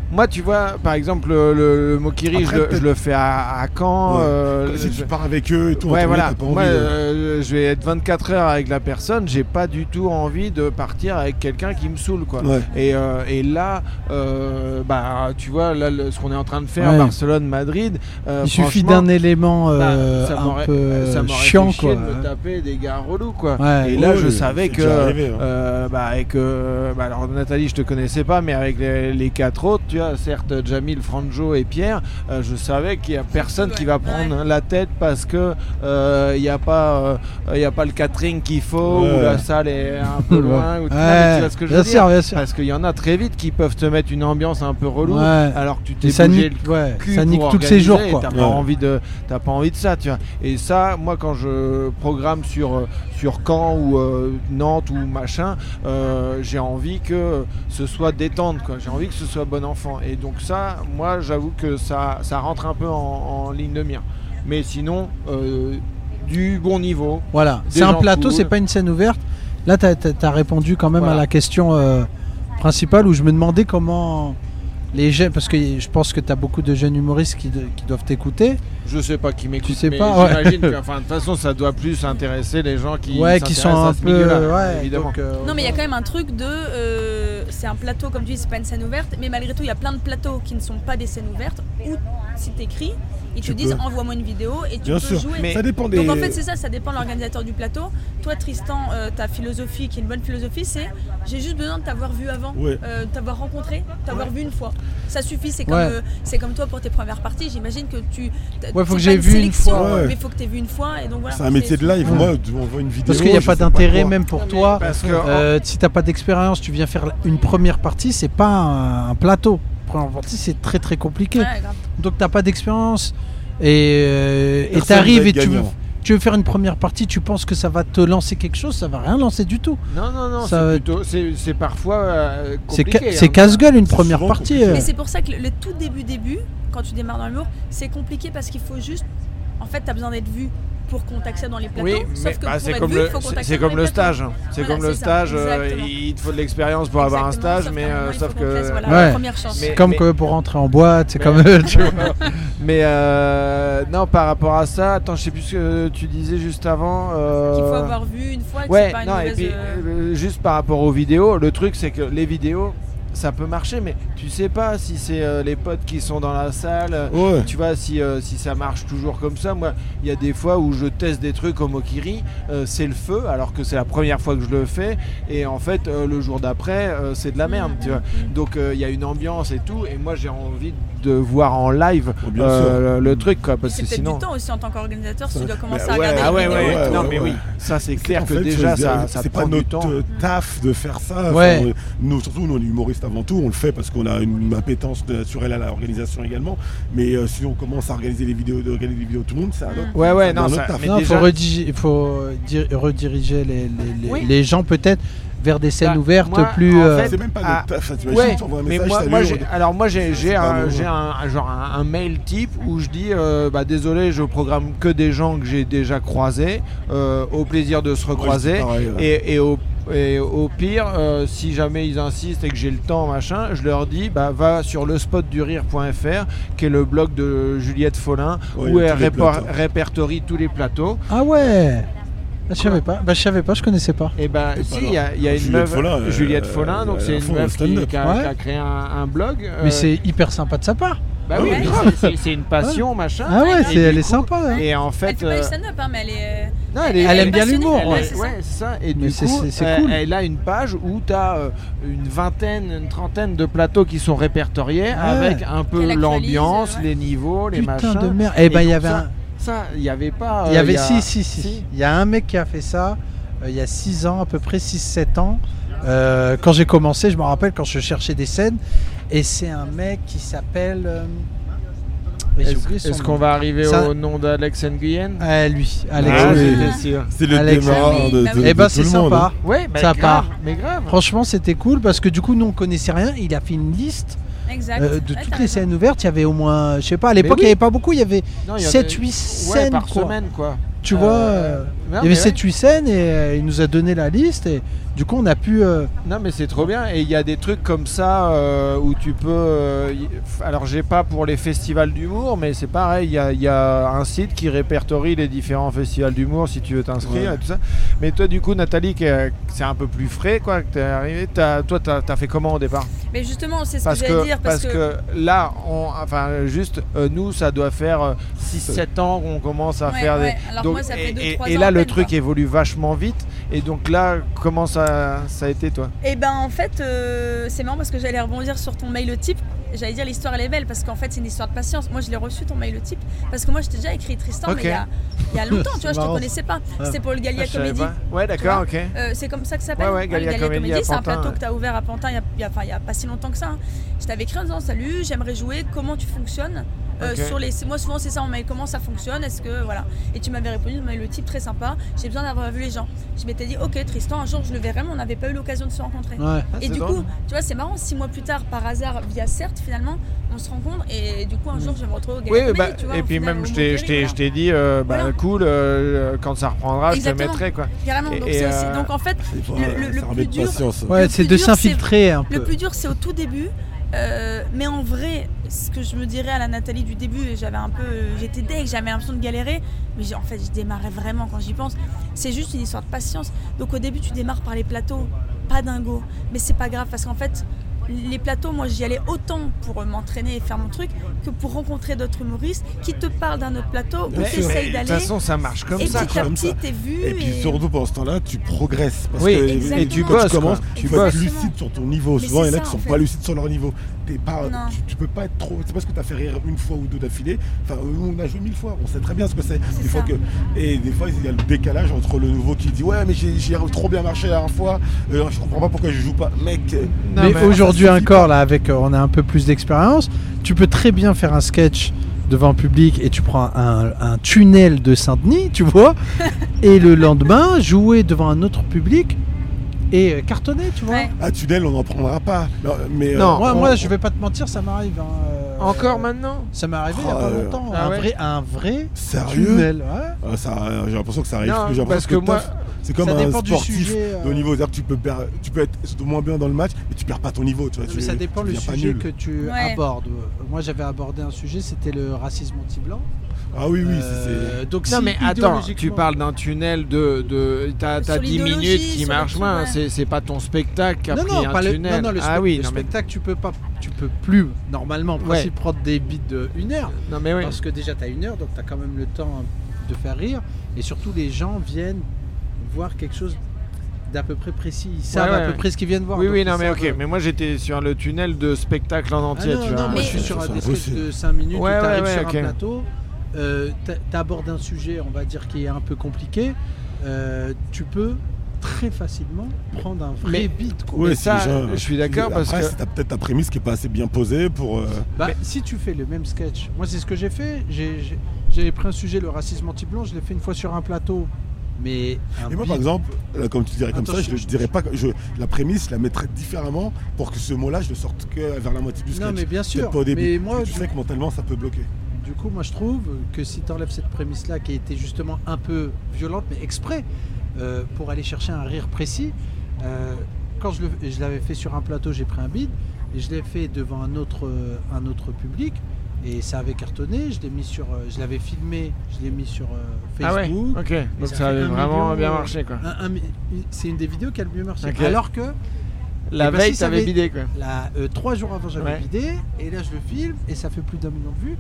Moi, tu vois, par exemple, le, le, le Mokiri,
Après,
je, le- je
peut-être-
le fais à, à Caen.
Ouais.
euh,
Ah, si
je-
tu pars avec eux et tout, en
Ouais,
tournée,
voilà.
t'as pas envie
Moi,
de-
euh, je vais être 24 heures avec la personne. J'ai pas du tout envie de partir avec quelqu'un qui me saoule, quoi.
Ouais.
Et, euh, et là, euh, bah, tu vois, là, le- ce qu'on est en train de faire,
Ouais.
Barcelone, Madrid. euh,
il suffit
franchement,
d'un élément euh,
bah, ça
un
m'aurait-
peu
ça m'aurait
chiant,
fait chier
quoi.
de me taper des gars relous, quoi.
Ouais.
Et là,
Ouais,
je
ouais,
savais
c'est
que,
déjà arrivé, hein.
euh, bah, avec, euh, bah, alors Nathalie, je te connaissais pas, mais avec les, les quatre autres, tu vois, certes Jamil, Franjo et Pierre, euh, je savais qu'il y a personne qui va
Ouais.
prendre la tête parce que euh, il n'y a pas, euh, il y a pas le catering qu'il faut ou
Ouais.
la salle est un peu loin. ou, non, mais
Ouais,
tu vois ce que je
bien
veux
sûr,
dire
bien sûr.
Parce qu'il y en a très vite qui peuvent te mettre une ambiance un peu relou,
Ouais.
alors que tu t'es
Et ça
bougé
nique,
le
ouais,
cul
ça
pour
nique tous
organiser
ces jours,
et
quoi.
T'as pas
Ouais.
envie de, t'as pas envie de ça, tu vois. Et ça, moi, quand je programme sur euh, sur Caen ou euh, Nantes ou machin, euh, j'ai envie que ce soit détente, quoi. J'ai envie que ce soit bon enfant. Et donc ça, moi, j'avoue que ça ça rentre un peu en, en ligne de mire. Mais sinon, euh, du bon niveau.
Voilà,
Des
c'est un
gens
plateau,
cool.
c'est pas une scène ouverte. Là, t'as as, répondu quand même à
Voilà.
la question euh, principale où je me demandais comment les jeunes, parce que je pense que t'as beaucoup de jeunes humoristes qui, de- qui doivent t'écouter,
Je sais pas qui m'écoute,
Tu sais
mais
pas, ouais.
j'imagine que, enfin, de toute façon, ça doit plus intéresser les gens qui
ouais, qui sont
s'intéressent à
un
ce
peu,
milieu-là,
ouais,
évidemment.
donc, euh,
Non, mais il y a quand même un truc de. euh, c'est un plateau, comme tu dis, c'est pas une scène ouverte, mais malgré tout, il y a plein de plateaux qui ne sont pas des scènes ouvertes où, si t'écris, ils
Tu
te disent
peux.
envoie-moi une vidéo et tu
Bien
peux
sûr,
jouer.
Mais-
ça dépend des.
Donc en fait, c'est ça, ça dépend de l'organisateur du plateau. Toi, Tristan, euh, ta philosophie, qui est une bonne philosophie, c'est j'ai juste besoin de t'avoir vu avant,
Ouais.
euh, de t'avoir rencontré, de t'avoir vu une fois. Ça suffit, c'est comme,
Ouais.
euh, c'est comme toi pour tes premières parties. J'imagine que tu. t'as-
Ouais, faut
c'est pas
que j'ai
une
vu une
sélection,
fois,
ouais.
Mais faut que t'aies vu une fois. et donc voilà.
c'est un métier de live.
Ouais.
Moi, on voit une vidéo.
parce qu'il n'y a
je
pas
sais
d'intérêt
quoi.
même pour
Non,
toi.
Parce que
Euh, si t'as pas d'expérience, tu viens faire une première partie, c'est pas un, un plateau. Première partie, c'est très très compliqué.
Ouais, grave.
Donc t'as pas d'expérience et euh, et
Personne
t'arrives
va
et
être
tu veux,
gagnant.
tu veux faire une première partie, tu penses que ça va te lancer quelque chose, ça va rien lancer du tout.
Non, non, non,
Ça
c'est
va-
plutôt- c'est c'est parfois euh,
C'est
compliqué.
ca-
hein.
c'est casse-gueule une
C'est
première
souvent
partie.
compliqué.
euh.
Mais c'est pour ça que le, le tout début début, quand tu démarres dans l'humour, c'est compliqué parce qu'il faut juste, en fait, t'as besoin d'être vu pour qu'on t'accède dans les plateaux.
Oui,
sauf
mais
que
bah,
pour
c'est
être
comme,
vu,
le,
faut qu'on
c'est-
t'accède
c'est
dans
comme le
les plateaux.
stage. hein. C'est
Voilà,
comme le
c'est ça,
stage, euh,
exactement.
il te faut de l'expérience pour avoir un
Exactement,
stage,
sauf
mais
qu'à un
euh,
moment, il
sauf
faut qu'on te laisse,
que.
voilà,
Ouais.
la première chance.
Mais-
Comme que pour rentrer en boîte, c'est comme. euh, tu vois.
Mais euh, non, par rapport à ça, attends, je sais plus ce que tu disais juste avant. euh,
qu'il faut avoir vu une fois que
Ouais,
c'est pas une
non, et
mauvaise
puis
euh,
euh, juste par rapport aux vidéos, le truc c'est que les vidéos, ça peut marcher, mais tu sais pas si c'est euh, les potes qui sont dans la salle. euh,
Ouais.
Tu vois, si, euh, si ça marche toujours comme ça, moi, il y a des fois où je teste des trucs au Mokiri, euh, c'est le feu, alors que c'est la première fois que je le fais, et en fait, euh, le jour d'après, euh, c'est de la merde, tu vois. Donc, euh, il y a une ambiance et tout, et moi, j'ai envie de voir en live
Oh, bien
euh, le, le truc, quoi, parce
C'est
que
peut-être
sinon.
du temps aussi en tant qu'organisateur, si tu dois commencer
Bah
à
ouais,
regarder
ah
les
ouais, ouais,
vidéos.
vidéos et tout.
non, mais oui,
Ouais, ouais.
ça, c'est clair
En
que
fait,
déjà,
je veux dire,
ça, ça
c'est
prend
pas
du
notre
temps.
euh, taf de faire ça.
Ouais.
Enfin, on- nous, surtout, nous, on est humoristes avant tout. On le fait parce qu'on a une appétence naturelle à l'organisation également. Mais euh, si on commence à organiser les vidéos, de regarder les vidéos de tout le monde, c'est un autre.
Mm. Ouais, ouais,
Dans
non,
notre
ça,
taf.
mais
Non, il
déjà,
faut, redigi- faut dir- rediriger les, les- les-
Oui.
les gens peut-être vers des scènes
Bah,
ouvertes
moi,
plus.
en
euh,
fait,
C'est même pas
Ah,
notre taf. Tu
Ouais,
imagines, tu envoies un
mais
message,
moi,
salut,
moi,
on-
j'ai- alors moi j'ai j'ai
pas
un,
bon, hein.
j'ai
ouais.
un- un- genre un, un mail type où je dis euh, bah désolé je programme que des gens que j'ai déjà croisés euh, au plaisir de se recroiser
Ouais, c'est pareil, ouais.
et, et au et au pire, euh, si jamais ils insistent et que j'ai le temps, machin, je leur dis, bah, va sur le spot du rire.fr, qui est le blog de Juliette Follin,
Ouais,
où
il y
elle
a tous les
répar-
plateaux.
répertorie tous les plateaux.
Ah ouais Bah, Je savais pas. Bah, je savais pas, je connaissais pas.
Et ben,
C'est
si,
pas
il y a, il y a une
Juliette
meuf,
Follin, euh,
Juliette Follin, donc
elle est
c'est
à
une
fond dans
meuf
le
qui,
stand-up.
qui a,
Ouais.
qui a créé un, un blog. euh,
Mais c'est hyper sympa de sa part.
Bah
Ah
oui,
oui,
grave, c'est- c'est une passion, machin.
Ah ouais, c'est-
du
elle est
coup,
sympa. hein.
Et en
Elle
fait,
fait pas
euh,
du stand-up, hein, mais elle est.
non, elle,
elle aime bien
passionnée,
l'humour,
elle-
ouais,
Ouais,
c'est ça.
ouais, c'est ça. Et
Mais
du
c'est-
coup,
c'est- c'est
elle,
cool.
elle a une page où tu as une vingtaine, une trentaine de plateaux qui sont répertoriés avec un peu
Qu'elle actualise,
l'ambiance,
ouais.
les niveaux, les
Ah Putain
machins.
de merde. Eh ben,
Et
il y
donc
avait
ça,
un.
Ça, il n'y avait pas.
Il y
euh,
avait,
a-
si, si, si,
si.
Il y a un mec qui a fait ça euh, il y a 6 ans, à peu près 6-7 ans. Euh, quand j'ai commencé, je me rappelle quand je cherchais des scènes. Et c'est un mec qui s'appelle. euh, j'ai
Est-ce
oublié son
est-ce
nom.
qu'on va arriver
Ça-
au nom d'Alex Nguyen
Ah, lui, Alex.
Ah oui.
j'étais sûr.
C'est le
Alex,
démarreur
oui,
de,
bah
de-
oui.
de
Eh ben,
tout
c'est
le monde. hein.
sympa.
Ouais, bah,
Ça
grave,
part.
Mais grave.
Franchement, c'était cool parce que du coup, nous, on connaissait rien. Il a fait une liste
Exact.
euh, de
Ouais,
toutes
t'as
les
raison.
scènes ouvertes. Il y avait au moins, je sais pas, à l'époque,
oui.
il n'y avait pas beaucoup. Il y avait
Non, il y en a-
7-8
ouais,
scènes.
par
quoi.
semaine, quoi.
Tu
Euh,
vois, euh,
non,
il y
mais
avait
ouais.
7-8 scènes et euh, il nous a donné la liste. Et du coup, on a pu. euh,
Non mais c'est trop bien et il y a des trucs comme ça euh, où tu peux euh, y- f- alors j'ai pas pour les festivals d'humour mais c'est pareil il y a, il y a un site qui répertorie les différents festivals d'humour si tu veux t'inscrire
Ouais.
et tout ça mais toi du coup Nathalie qui est- c'est un peu plus frais quoi que t'es arrivé t'as- toi t'as as fait comment au départ
Mais justement, c'est ce que
parce
j'allais
que,
dire.
parce que là, on, enfin, juste euh, nous, ça doit faire euh, 6-7 ans qu'on commence à
Ouais,
faire
ouais.
des.
Alors
donc,
moi, ça fait
et,
deux,
et-
trois
et
ans
là,
à
le
peine,
truc
quoi.
évolue vachement vite. Et donc là, comment ça, ça a été, toi
Et ben en fait, euh, c'est marrant parce que j'allais rebondir sur ton mail type. J'allais dire l'histoire elle est belle parce qu'en fait c'est une histoire de patience. Moi je l'ai reçu ton mail type parce que moi je t'ai déjà écrit Tristan
Ok.
mais il y a- il y, a longtemps, tu
C'est
vois, je te
marrant.
connaissais pas. C'était pour le
Ah,
Galia
je savais
Comédie.
pas. Ouais, d'accord, ok.
Euh, c'est comme ça que ça s'appelle
Ouais, ouais,
le
Galia Comédie à
C'est un
Pantin,
plateau
ouais.
que tu as ouvert à Pantin il y a- il y a, enfin, il y a pas si longtemps que ça. hein. Je t'avais écrit en disant Salut, j'aimerais jouer, comment tu fonctionnes Euh,
Ok.
sur les... Moi, souvent, c'est ça, on m'a dit comment ça fonctionne, est-ce que. Voilà. Et tu m'avais répondu, mais le type très sympa, j'ai besoin d'avoir vu les gens. Je m'étais dit, ok, Tristan, un jour je le verrai, mais on n'avait pas eu l'occasion de se rencontrer.
ouais.
Ah,
Et
c'est
du
drôle.
coup, tu vois, c'est marrant, six mois plus tard, par hasard, via CERT, finalement, on se rencontre et du coup, un jour, je vais me retrouve au
Mm. Oui,
Galia Comédie,
bah,
tu vois,
et
au
puis
final,
même,
au
je t'ai- je t'ai
Montpellier,
je t'ai dit, euh, bah,
Voilà.
cool, euh, quand ça reprendra, je te
Exactement.
mettrai, quoi.
voilà. Carrément, donc
Et-
c'est
et,
aussi-
euh,
donc, en fait,
C'est pas-
Le- le- le
c'est un
plus
mec de
dur-
patience.
Ouais,
Le
c'est
plus
de
dur, c'est-
s'infiltrer un peu.
Le plus dur, c'est au tout début. Euh, mais en vrai, ce que je me dirais à la Nathalie du début, et j'avais un peu, j'étais deg, j'avais l'impression de galérer, mais j'ai- en fait, je démarrais vraiment quand j'y pense. C'est juste une histoire de patience. Donc au début, tu démarres par les plateaux, pas dingo, mais c'est pas grave parce qu'en fait, les plateaux, moi, j'y allais autant pour m'entraîner et faire mon truc que pour rencontrer d'autres humoristes qui te parlent d'un autre plateau
Bien
où
Mais-
tu
sûr.
mais
essayes
De toute
d'aller.
façon, ça marche comme
Et
ça,
petit à
quoi.
comme
petit,
ça.
t'es vu.
Et puis surtout pendant ce temps-là, tu progresses. Parce
Oui,
que
exactement.
et tu
Quand tu
bosses, quoi.
commences,
tu
tu
peux être
bosses.
lucide sur ton niveau.
Mais
Souvent, il y
c'est
en a qui
ça,
sont
en fait.
pas lucides sur leur niveau. T'es pas,
Non.
tu, tu peux pas être trop. C'est parce que t'as fait rire une fois ou deux d'affilée. Enfin, nous, on a joué mille fois. On sait très bien ce que c'est.
C'est
Des fois
ça.
que et des fois, il y a le décalage entre le nouveau qui dit ouais, mais j'ai j'ai trop bien marché la dernière fois. Euh, je comprends pas pourquoi je joue pas, mec.
Non,
mais
mais-
aujourd'hui
ça suffit
encore, là, avec euh, on a un peu plus d'expérience, tu peux très bien faire un sketch devant un public et tu prends un, un tunnel de Saint-Denis, tu vois, et le lendemain jouer devant un autre public et euh, cartonner, tu vois.
Ouais.
Ah, tunnel, on n'en prendra pas. Non, mais euh,
Non.
Moi,
On-
moi, je vais pas te mentir, ça m'arrive. hein, euh,
Encore maintenant
Ça m'est arrivé il y a
Oh,
pas
euh,
longtemps.
ah
un,
ouais.
vrai, un vrai
sérieux.
tunnel. ouais.
Ah, ça, euh, j'ai l'impression que ça arrive.
Non,
j'ai l'impression
parce que
le
moi-
taf, c'est comme
ça
un
dépend du
sportif
sujet, euh.
de haut niveau. C'est-à-dire que tu peux, per- tu peux être moins bien dans le match, mais tu perds pas ton niveau. Tu vois,
Non,
Bah, tu,
mais ça dépend
tu
le
deviens pas
sujet
nul.
que tu
Ouais.
abordes. Moi, j'avais abordé un sujet, c'était le racisme anti-blanc.
Ah oui, oui,
Euh, donc
Non
si
mais attends, tu
idéologiquement-
parles d'un tunnel de... de T'as t'as
Sur
10
l'idéologie,
minutes qui
sur le
marche
truc,
moins,
ouais.
c'est c'est pas ton spectacle qui a
non,
pris
non,
un
pas le,
tunnel.
non, non, le,
ah
spec-
oui,
le
non mais,
spectacle, tu peux pas, tu peux plus normalement en
Ouais.
principe prendre des beats de une heure
non, mais oui.
parce que déjà t'as une heure, donc t'as quand même le temps de faire rire et surtout les gens viennent voir quelque chose d'à peu près précis, ils savent
ouais,
à peu
ouais.
près ce qu'ils viennent voir.
Oui,
donc
oui,
ils
non mais
savent,
ok,
euh,
mais moi j'étais sur le tunnel de spectacle en
Ah
entier,
non,
tu
non,
vois.
moi je suis
Mais-
sur un
Ça,
des
ça,
trucs
c'est-
de 5 minutes
Ouais,
où t'arrives
ouais, ouais,
sur
ok.
un plateau, euh, t'a- t'abordes un sujet, on va dire, qui est un peu compliqué, euh, tu peux très facilement prendre un vrai
Mais-
beat. quoi.
Mais
Ouais, si
ça,
déjà-
je suis d'accord parce
Après,
que-
c'est ta- peut-être ta prémisse qui est pas assez bien posée pour. euh,
Bah, Si tu fais le même sketch, moi c'est ce que j'ai fait, j'ai- j'ai j'ai pris un sujet, le racisme anti-blanc, je l'ai fait une fois sur un plateau, mais un
Et moi,
beat-
par exemple, là, comme tu dirais comme ça,
Attention.
je, je dirais pas. que- Je, la prémisse, je la mettrais différemment pour que ce mot-là, je le sorte que vers la moitié du sketch.
non mais bien sûr,
Peut-être pas au début.
mais
Parce
moi
que tu
du
sais que mentalement, ça peut bloquer.
Du coup, moi je trouve que si tu enlèves cette prémisse-là, qui était justement un peu violente, mais exprès, euh, pour aller chercher un rire précis, euh, quand je, le- je l'avais fait sur un plateau, j'ai pris un bid, et je l'ai fait devant un autre, euh, un autre public, et ça avait cartonné, je l'ai mis sur, euh, je l'avais filmé, je l'ai mis sur euh,
Ah ouais,
Facebook.
ok, donc
ça
ça
fait
avait
un
vraiment
million,
bien
euh,
marché quoi.
Un- un mi- C'est une des vidéos qui a le mieux marché.
Ok.
Alors que
La
Et bah,
veille,
si ça
t'avais
avait-
bidé quoi.
la, euh, trois jours avant j'avais
Ouais.
vidé et là je le filme et ça fait plus d'un million de vues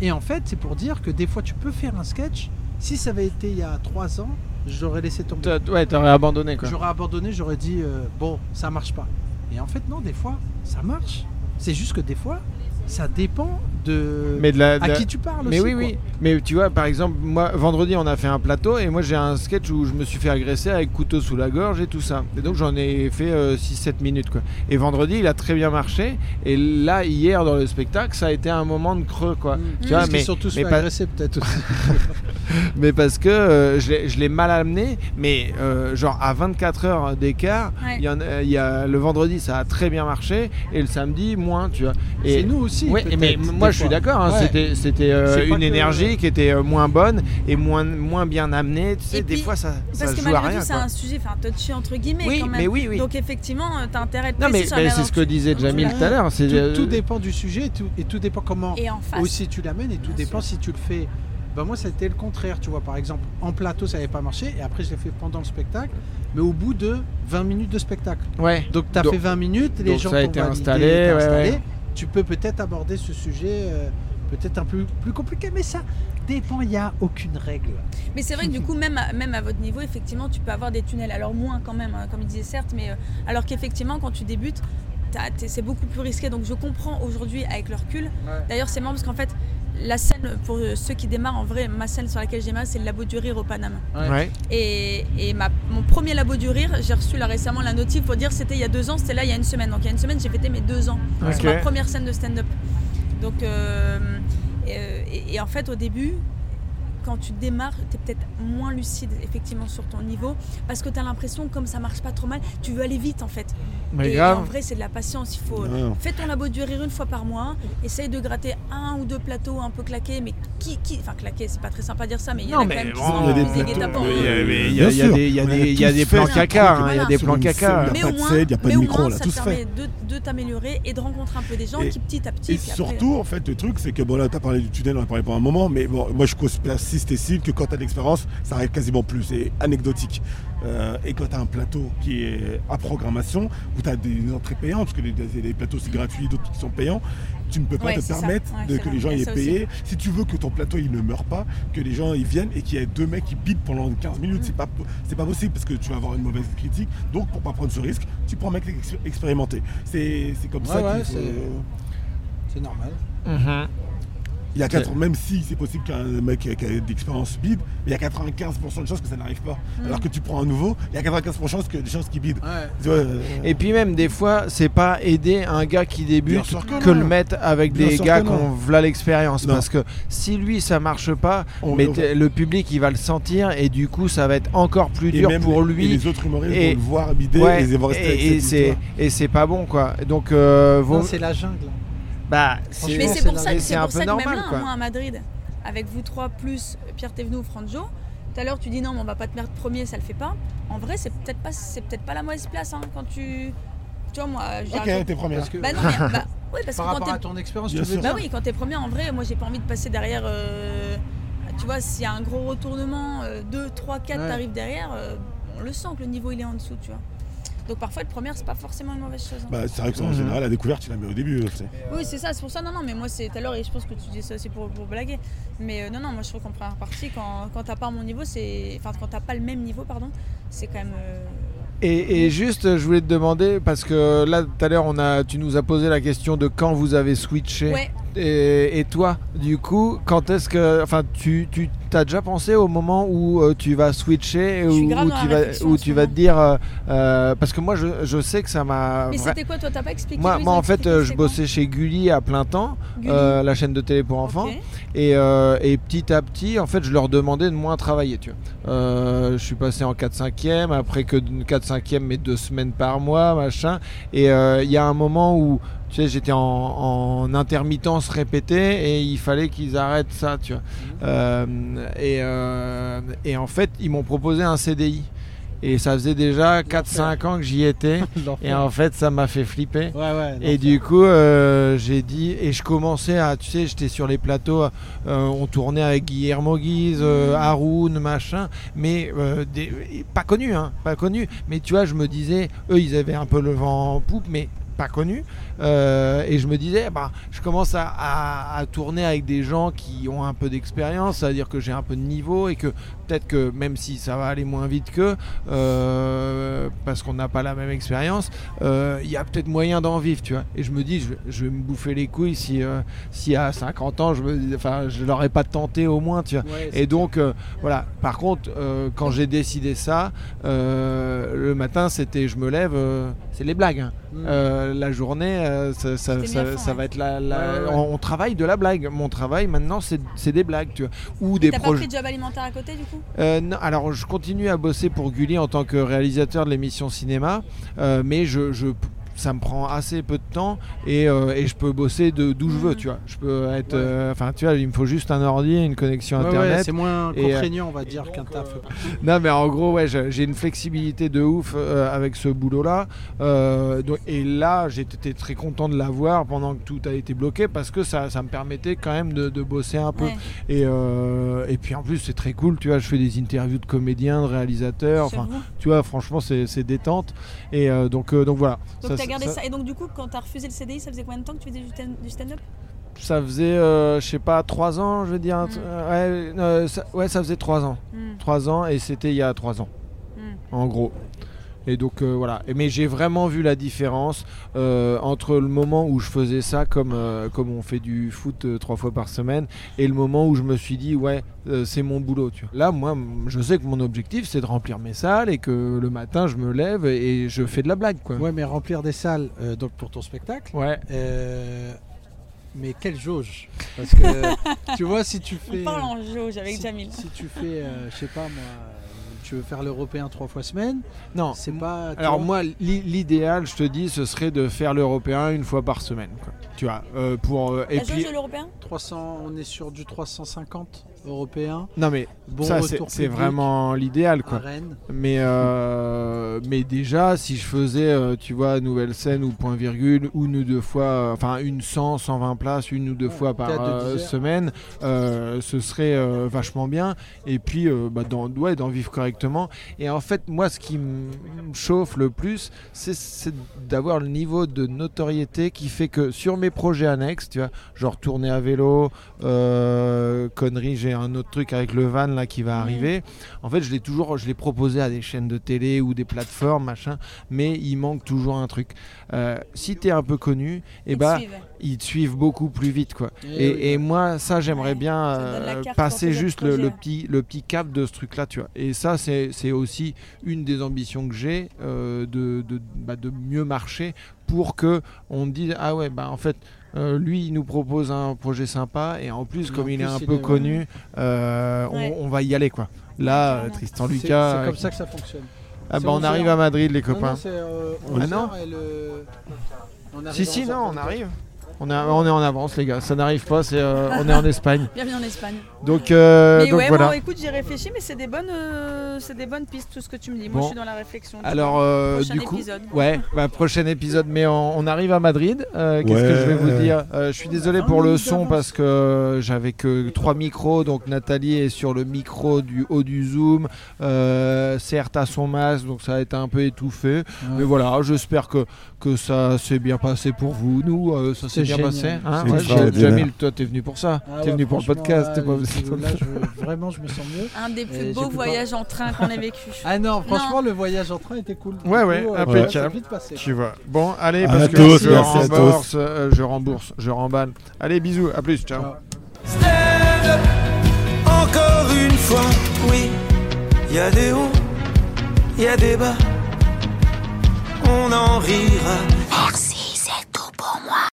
et en fait c'est pour dire que des fois tu peux faire un sketch si ça avait été il y a trois ans j'aurais laissé tomber
T'as- Ouais, t'aurais abandonné quoi.
j'aurais abandonné j'aurais dit euh, bon ça marche pas et en fait non des fois ça marche c'est juste que des fois ça dépend de
Mais de la, de
à
la-
qui tu parles
Mais oui,
aussi, quoi. Mm.
oui. Mais tu vois, par exemple, moi, vendredi, on a fait un plateau et moi, j'ai un sketch où je me suis fait agresser avec couteau sous la gorge et tout ça. Et donc, j'en ai fait euh, 6-7 minutes, quoi. Et vendredi, il a très bien marché. Et là, hier, dans le spectacle, ça a été un moment de creux, quoi.
Mm.
Tu vois,
parce
mais-
qu'ils sont tous
mais
fait
pas-
agresser E, peut-être aussi.
Mais parce que euh, je l'ai- je l'ai mal amené, mais euh, genre à 24 heures d'écart,
Ouais.
il y en a- il y a, le vendredi, ça a très bien marché et le samedi, moins, tu vois. Et,
c'est nous aussi
Ouais,
peut-être,
mais
des
moi je suis
fois.
d'accord, hein,
Ouais.
c'était, c'était euh,
C'est pas
une
que-
énergie qui était euh, moins bonne et moins, moins bien amenée. Tu sais,
Et
des
puis,
fois ça, ça
Parce que
joue à
malgré
rien.
tout, c'est
quoi.
un sujet, enfin touché entre guillemets
Oui,
quand même.
mais oui, oui.
Donc effectivement, euh, t'as intérêt de
non, mais,
préciser sur
mais
la
c'est
manière
ce que
dont tu-
disait
dont tu
Jamil
l'as-
tout à l'heure. C'est,
tout,
euh,
tout dépend du sujet et tout, et tout dépend comment
Et en face.
aussi tu l'amènes et tout
Bien
dépend si tu le fais. Ben moi, c'était le contraire, tu vois. Par exemple, en plateau, ça n'avait pas marché, et après, je l'ai fait pendant le spectacle, mais au bout de 20 minutes de spectacle.
ouais.
Donc, tu as
Donc-
fait 20 minutes, les
donc
gens
ça a
t'ont
été
validé,
installé,
t'es
ouais,
installé.
ouais.
Tu peux peut-être aborder ce sujet, euh, peut-être un peu plus compliqué, mais ça dépend, il n'y a aucune règle.
Mais c'est vrai que du coup, même à, même à votre niveau, effectivement, tu peux avoir des tunnels. Alors moins quand même, hein, comme il disait certes, mais euh, alors qu'effectivement, quand tu débutes, t'as- t'es- c'est beaucoup plus risqué. Donc je comprends aujourd'hui avec le recul. D'ailleurs, c'est marrant parce qu'en fait, la scène, pour euh, ceux qui démarrent, en vrai, ma scène sur laquelle j'ai démarré, c'est le labo du rire au Panama.
Ouais.
Et, et ma- mon premier labo du rire, j'ai reçu là récemment la notif pour dire c'était il y a deux ans, c'était là il y a une semaine. Donc il y a une semaine, j'ai fêté mes deux ans.
Ok.
C'est ma première scène de stand-up. Donc, euh, euh, et, et en fait, au début, quand tu démarres, tu es peut-être moins lucide effectivement sur ton niveau parce que tu as l'impression, comme ça marche pas trop mal, tu veux aller vite en fait.
Mais
et en
grave.
vrai, c'est de la patience. Il faut.
Ouais.
Fais ton labo du rire une fois par mois, essaye de gratter un ou deux plateaux un peu claqués, mais qui, qui enfin claqués, c'est pas très sympa à dire ça, mais il y en
Non,
a quand
mais
même qui
bon,
sont
il y a des
un peu des
plateaux,
guet-apens.
il y a- mais il y
Bien
a- il y a
sûr.
des- il y a
On a
des- il y a
tous
des
fait
plans
un
caca,
truc,
hein, il y a
voilà.
des
Sur
plans
une
caca.
scène,
hein.
là.
Mais
pas
au
de
moins,
scène, y a pas
mais
de
au
micro,
moins,
on l'a
ça
tous
te permet
fait.
de, de t'améliorer et de rencontrer un peu des gens
Et-
qui petit à petit.
Et
puis après- euh,
surtout, en fait, le truc, c'est que bon, là, t'as parlé du tunnel, on en a parlé pendant un moment, mais bon, moi, je cause- persiste et cible que quand t'as de l'expérience, ça arrive quasiment plus, c'est anecdotique. Euh, et quand t'as un plateau qui est à programmation, où t'as des entrées payantes, parce que les, des- des plateaux c'est gratuit, d'autres qui sont payants, tu ne peux pas
Ouais,
te
c'est ça.
permettre
Ouais,
de-
c'est
que
vrai,
les gens
il y a
y aient
ça
payé. Si tu veux que ton plateau il ne meure pas, que les gens ils viennent et qu'il y ait deux mecs qui bident pendant 15 minutes,
Mm.
c'est pas, c'est pas possible parce que tu vas avoir une mauvaise critique. Donc pour pas prendre ce risque, tu prends un mec ex- expérimenté. C'est c'est comme
Ouais,
ça
ouais,
qu'il faut-
c'est- C'est normal.
Mhm.
il y a 80, même si c'est possible qu'un mec qui a, qui a de l'expérience bide, mais il y a 95% de chances que ça n'arrive pas.
Hmm.
Alors que tu prends un nouveau, il y a 95% de chances que- de chances qu'il bide.
Ouais.
Tu vois, euh,
Et puis même des fois, c'est pas aider un gars qui
Bien
débute
sûr
que,
que non.
le mettre avec
Bien
des
sûr
gars
que non.
qu'on v'là l'expérience
Non.
parce que si lui ça marche pas,
On-
mais
on-
t'es- le public il va le sentir et du coup ça va être encore plus
et
dur
même
pour
les-
lui.
et les autres humoristes
Et-
vont le voir bider
Ouais,
et ils vont rester avec
et, et
cette
c'est
histoire.
et c'est pas bon quoi. Donc euh, vaut-
Non, c'est la jungle. hein.
bah
Mais
Mais
Non,
c'est pour
c'est normal.
ça, que-
mais
c'est
c'est un
pour
peu
ça que même
normal
là,
quoi.
moi à Madrid, avec vous trois plus Pierre Thévenoud, Franjo, tout à l'heure tu dis non, mais on va pas te mettre premier, ça le fait pas. En vrai, c'est peut-être pas, c'est peut-être pas la mauvaise place hein, quand tu, tu vois moi. j'ai raconté-
Ok, t'es première.
Parce que
Bah non, mais- bah, oui, parce
par
que quand
rapport à
t'es
ton expérience, tu
Bien
veux
sûr.
dire
Bah oui, quand t'es premier, en vrai, moi j'ai pas envie de passer derrière euh, tu vois, s'il y a un gros retournement, euh, 2, 3, 4,
Ouais.
t'arrives derrière, euh, on le sent que le niveau il est en dessous, tu vois. Donc parfois être première, c'est pas forcément une mauvaise chose. hein.
Bah, c'est vrai que en
Mhm.
général, la découverte, tu la mets au début. tu sais.
Oui, c'est ça, c'est pour ça. Non, non, mais moi, c'est tout à l'heure, et je pense que tu dis ça aussi pour, pour blaguer. Mais euh, non, non, moi, je trouve qu'en première partie, quand, quand t'as pas mon niveau, c'est. Enfin, quand t'as pas le même niveau, pardon, c'est quand même. euh,
Et, et juste, euh, je voulais te demander, parce que là, tout à l'heure, on a, tu nous as posé la question de quand vous avez switché.
Ouais,
Et, et toi, du coup, quand est-ce que. Enfin, tu, tu as déjà pensé au moment où euh, tu vas switcher
Je suis
ou,
grave
où
dans la
tu, vas,
réflexion en
où
ce
tu vas te
moment.
dire. euh, euh, parce que moi, je, je sais que ça m'a.
mais
vra-
c'était quoi, toi T'as pas expliqué
Moi,
Louise,
moi, en
expliquer
fait, euh, je
c'était quoi
bossais chez Gulli à plein temps,
Gulli.
euh, la chaîne de télé pour enfants.
Ok.
Et, euh, et petit à petit, en fait, je leur demandais de moins travailler, tu vois. Euh, je suis passé en 4-5e, après que d'une 4-5e, mais deux semaines par mois, machin. Et euh, il y a un moment où, tu sais, j'étais en, en intermittence répétée et il fallait qu'ils arrêtent ça, tu vois. Euh, et, euh, et en fait, ils m'ont proposé un CDI. Et ça faisait déjà 4-5 ans que j'y étais. Et en fait, ça m'a fait flipper.
Ouais, ouais.
Et
l'enfer.
du coup, euh, j'ai dit, et je commençais à, tu sais, j'étais sur les plateaux, euh, on tournait avec Guillermo Guise, euh, Haroun, machin, mais euh, des- et pas connu, hein, pas connu. Mais tu vois, je me disais, eux, ils avaient un peu le vent en poupe, mais pas connu. Euh, et je me disais, bah, je commence à, à- à tourner avec des gens qui ont un peu d'expérience, c'est-à-dire que j'ai un peu de niveau et que peut-être que même si ça va aller moins vite qu'eux, euh, parce qu'on n'a pas la même expérience, euh, il y a peut-être moyen d'en vivre, tu vois. Et je me dis, je, je vais me bouffer les couilles si, euh, si à 50 ans, je me, enfin, je l'aurais pas tenté au moins, tu vois.
Ouais, c'est-
Et donc, euh, voilà. Par contre, euh, quand j'ai décidé ça, euh, le matin, c'était je me lève, euh, c'est les blagues. hein.
Mm.
Euh, la journée, euh, ça, ça-
C'était
ça-
mis à fond,
ça
ouais.
va être la. la-
Ouais, ouais, ouais.
On, on travaille de la blague. Mon travail maintenant, c'est c'est des blagues, tu vois. Ou des
T'as pas
projets.
pris de job alimentaire à côté, du coup
Euh, non, alors je continue à bosser pour Gulli en tant que réalisateur de l'émission cinéma, euh, mais je, je- ça me prend assez peu de temps et, euh, et je peux bosser de d'où je veux,
Mhm.
tu vois. Je peux être,
Ouais.
euh, enfin tu vois, il me faut juste un ordi, et une connexion
Ouais, ouais,
internet.
c'est moins
Et, euh,
contraignant, on va dire, qu'un taf.
non mais en gros ouais, je- j'ai une flexibilité de ouf euh, avec ce boulot-là. Euh, donc- et là, j'étais très content de l'avoir pendant que tout a été bloqué parce que ça, ça me permettait quand même de, de bosser un peu.
Ouais.
Et, euh, et puis en plus, c'est très cool, tu vois. Je fais des interviews de comédiens, de réalisateurs. Enfin,
J'avoue.
tu vois, franchement, c'est c'est détente. Et euh, donc, euh, donc voilà.
Donc t'as gardé
ça,
ça. Et donc, du coup, quand t'as refusé le CDI, ça faisait combien de temps que tu faisais du stand- du stand-up
ça faisait, euh, je sais pas, trois ans, je veux dire. un
Mm.
tr- euh, ouais, euh, ça, ouais, ça faisait trois ans.
Hmm,
Trois ans, et c'était il y a trois ans,
hmm.
en gros. Et donc euh, voilà. Et- Mais j'ai vraiment vu la différence euh, entre le moment où je faisais ça, comme, euh, comme on fait du foot euh, trois fois par semaine, et le moment où je me suis dit, ouais, euh, c'est mon boulot. Tu vois. Là, moi, m- je sais que mon objectif, c'est de remplir mes salles et que le matin, je me lève et je fais de la blague. Quoi.
Ouais, mais remplir des salles euh, donc pour ton spectacle.
ouais.
euh, mais quelle jauge Parce que tu vois, si tu
On
fais. euh,
parle en jauge avec
si,
Jamil.
Si tu fais, euh, je sais pas moi, euh, tu veux faire l'européen trois fois semaine,
Non.
c'est pas. tu
Alors
vois,
moi, l'i- l'idéal, je te dis, ce serait de faire l'européen une fois par semaine. quoi. Tu vois, euh, pour euh, et
La jauge
puis
de l'européen
300, on est sur du 350 européen.
non mais
Bon
ça c'est-
retour
c'est
public
vraiment l'idéal
à
quoi.
Rennes.
Mais euh, mais déjà, si je faisais, euh, tu vois, nouvelle scène ou point virgule, une ou deux fois, euh, enfin une 100, 120 places, une ou deux
Ouais,
fois par
théâtre de
euh,
10 heures.
semaine, euh, ce serait euh, vachement bien. Et puis, euh, bah, d'en ouais, d'en vivre correctement. Et en fait, moi, ce qui me chauffe le plus, c'est- c'est d'avoir le niveau de notoriété qui fait que sur mes projets annexes, tu vois, genre tourner à vélo, euh, conneries, j'ai un autre truc avec le van là qui va
Mhm.
arriver. En fait, je l'ai toujours, je l'ai proposé à des chaînes de télé ou des plateformes, machin, mais il manque toujours un truc. Euh, si t'es un peu connu, et
Ils te
bah,
suivent.
ils te suivent beaucoup plus vite, quoi. Et,
Eh oui.
et moi, ça, j'aimerais
Ouais,
bien
ça te donne la
euh,
carte
passer
pour tes
juste
autres
le, le
projets.
petit, le petit cap de ce truc-là, tu vois. Et ça, c'est c'est aussi une des ambitions que j'ai euh, de, de- bah, de mieux marcher pour que on dise ah ouais, bah en fait. euh, lui, il nous propose un projet sympa et en plus,
Et
comme
en
il est
plus,
un
il
peu
est-
connu, euh, on-
Ouais.
on, va y aller quoi. Là, euh,
Clairement.
Tristan
C'est-
Lucas,
C'est
euh,
comme ça que ça fonctionne.
ah
c'est hein.
bah, on
11
arrive
heures.
à Madrid, les
Non,
copains.
non, c'est, euh,
Ah
11
non
heures et le- on arrive
si
à
si,
11 heures
non, on
peut-être.
arrive. On, a- on est en avance, les gars. Ça n'arrive pas. c'est, euh, on est en Espagne.
Bienvenue en Espagne.
Donc, euh,
mais
donc
ouais,
voilà.
bon, écoute, j'ai réfléchi, mais c'est des bonnes, euh, c'est des bonnes pistes tout ce que tu me dis. Moi,
Bon.
je suis dans la réflexion.
Alors, euh,
Prochain
du coup,
épisode.
ouais, bah, prochain épisode. Mais on, on arrive à Madrid. Euh, Qu'est-ce que
Ouais.
je vais vous dire Euh, Je suis désolé
Ah,
pour le son parce que j'avais que trois micros. Donc Nathalie est sur le micro du haut du zoom. Euh, certes, à son masque, donc ça a été un peu étouffé. Mais voilà, j'espère que que ça s'est bien passé pour vous. Nous, euh, ça s'est
C'est
bien
génial.
passé.
C'est
Ouais,
extraordinaire.
Jamil, toi, t'es venu pour ça.
Ah
t'es
ouais,
venu pour le
franchement,
podcast.
là,
t'es pas
je- là, je- vraiment, je me sens mieux.
Un des
euh,
Et
plus
j'ai
beaux
plus
voyages en train qu'on ait vécu.
Ah non, franchement, le voyage en train était cool. euh,
Ouais, ouais, impeccable.
ça a vite passé.
Tu vois. Bon, allez,
À
parce que
tous,
je,
merci à tous.
rembourse, euh, je rembourse, je remballe. Allez, bisous, à plus, ciao.
Ciao.
Stand-up, encore une fois, oui. Y a des hauts, y a des bas. On en rira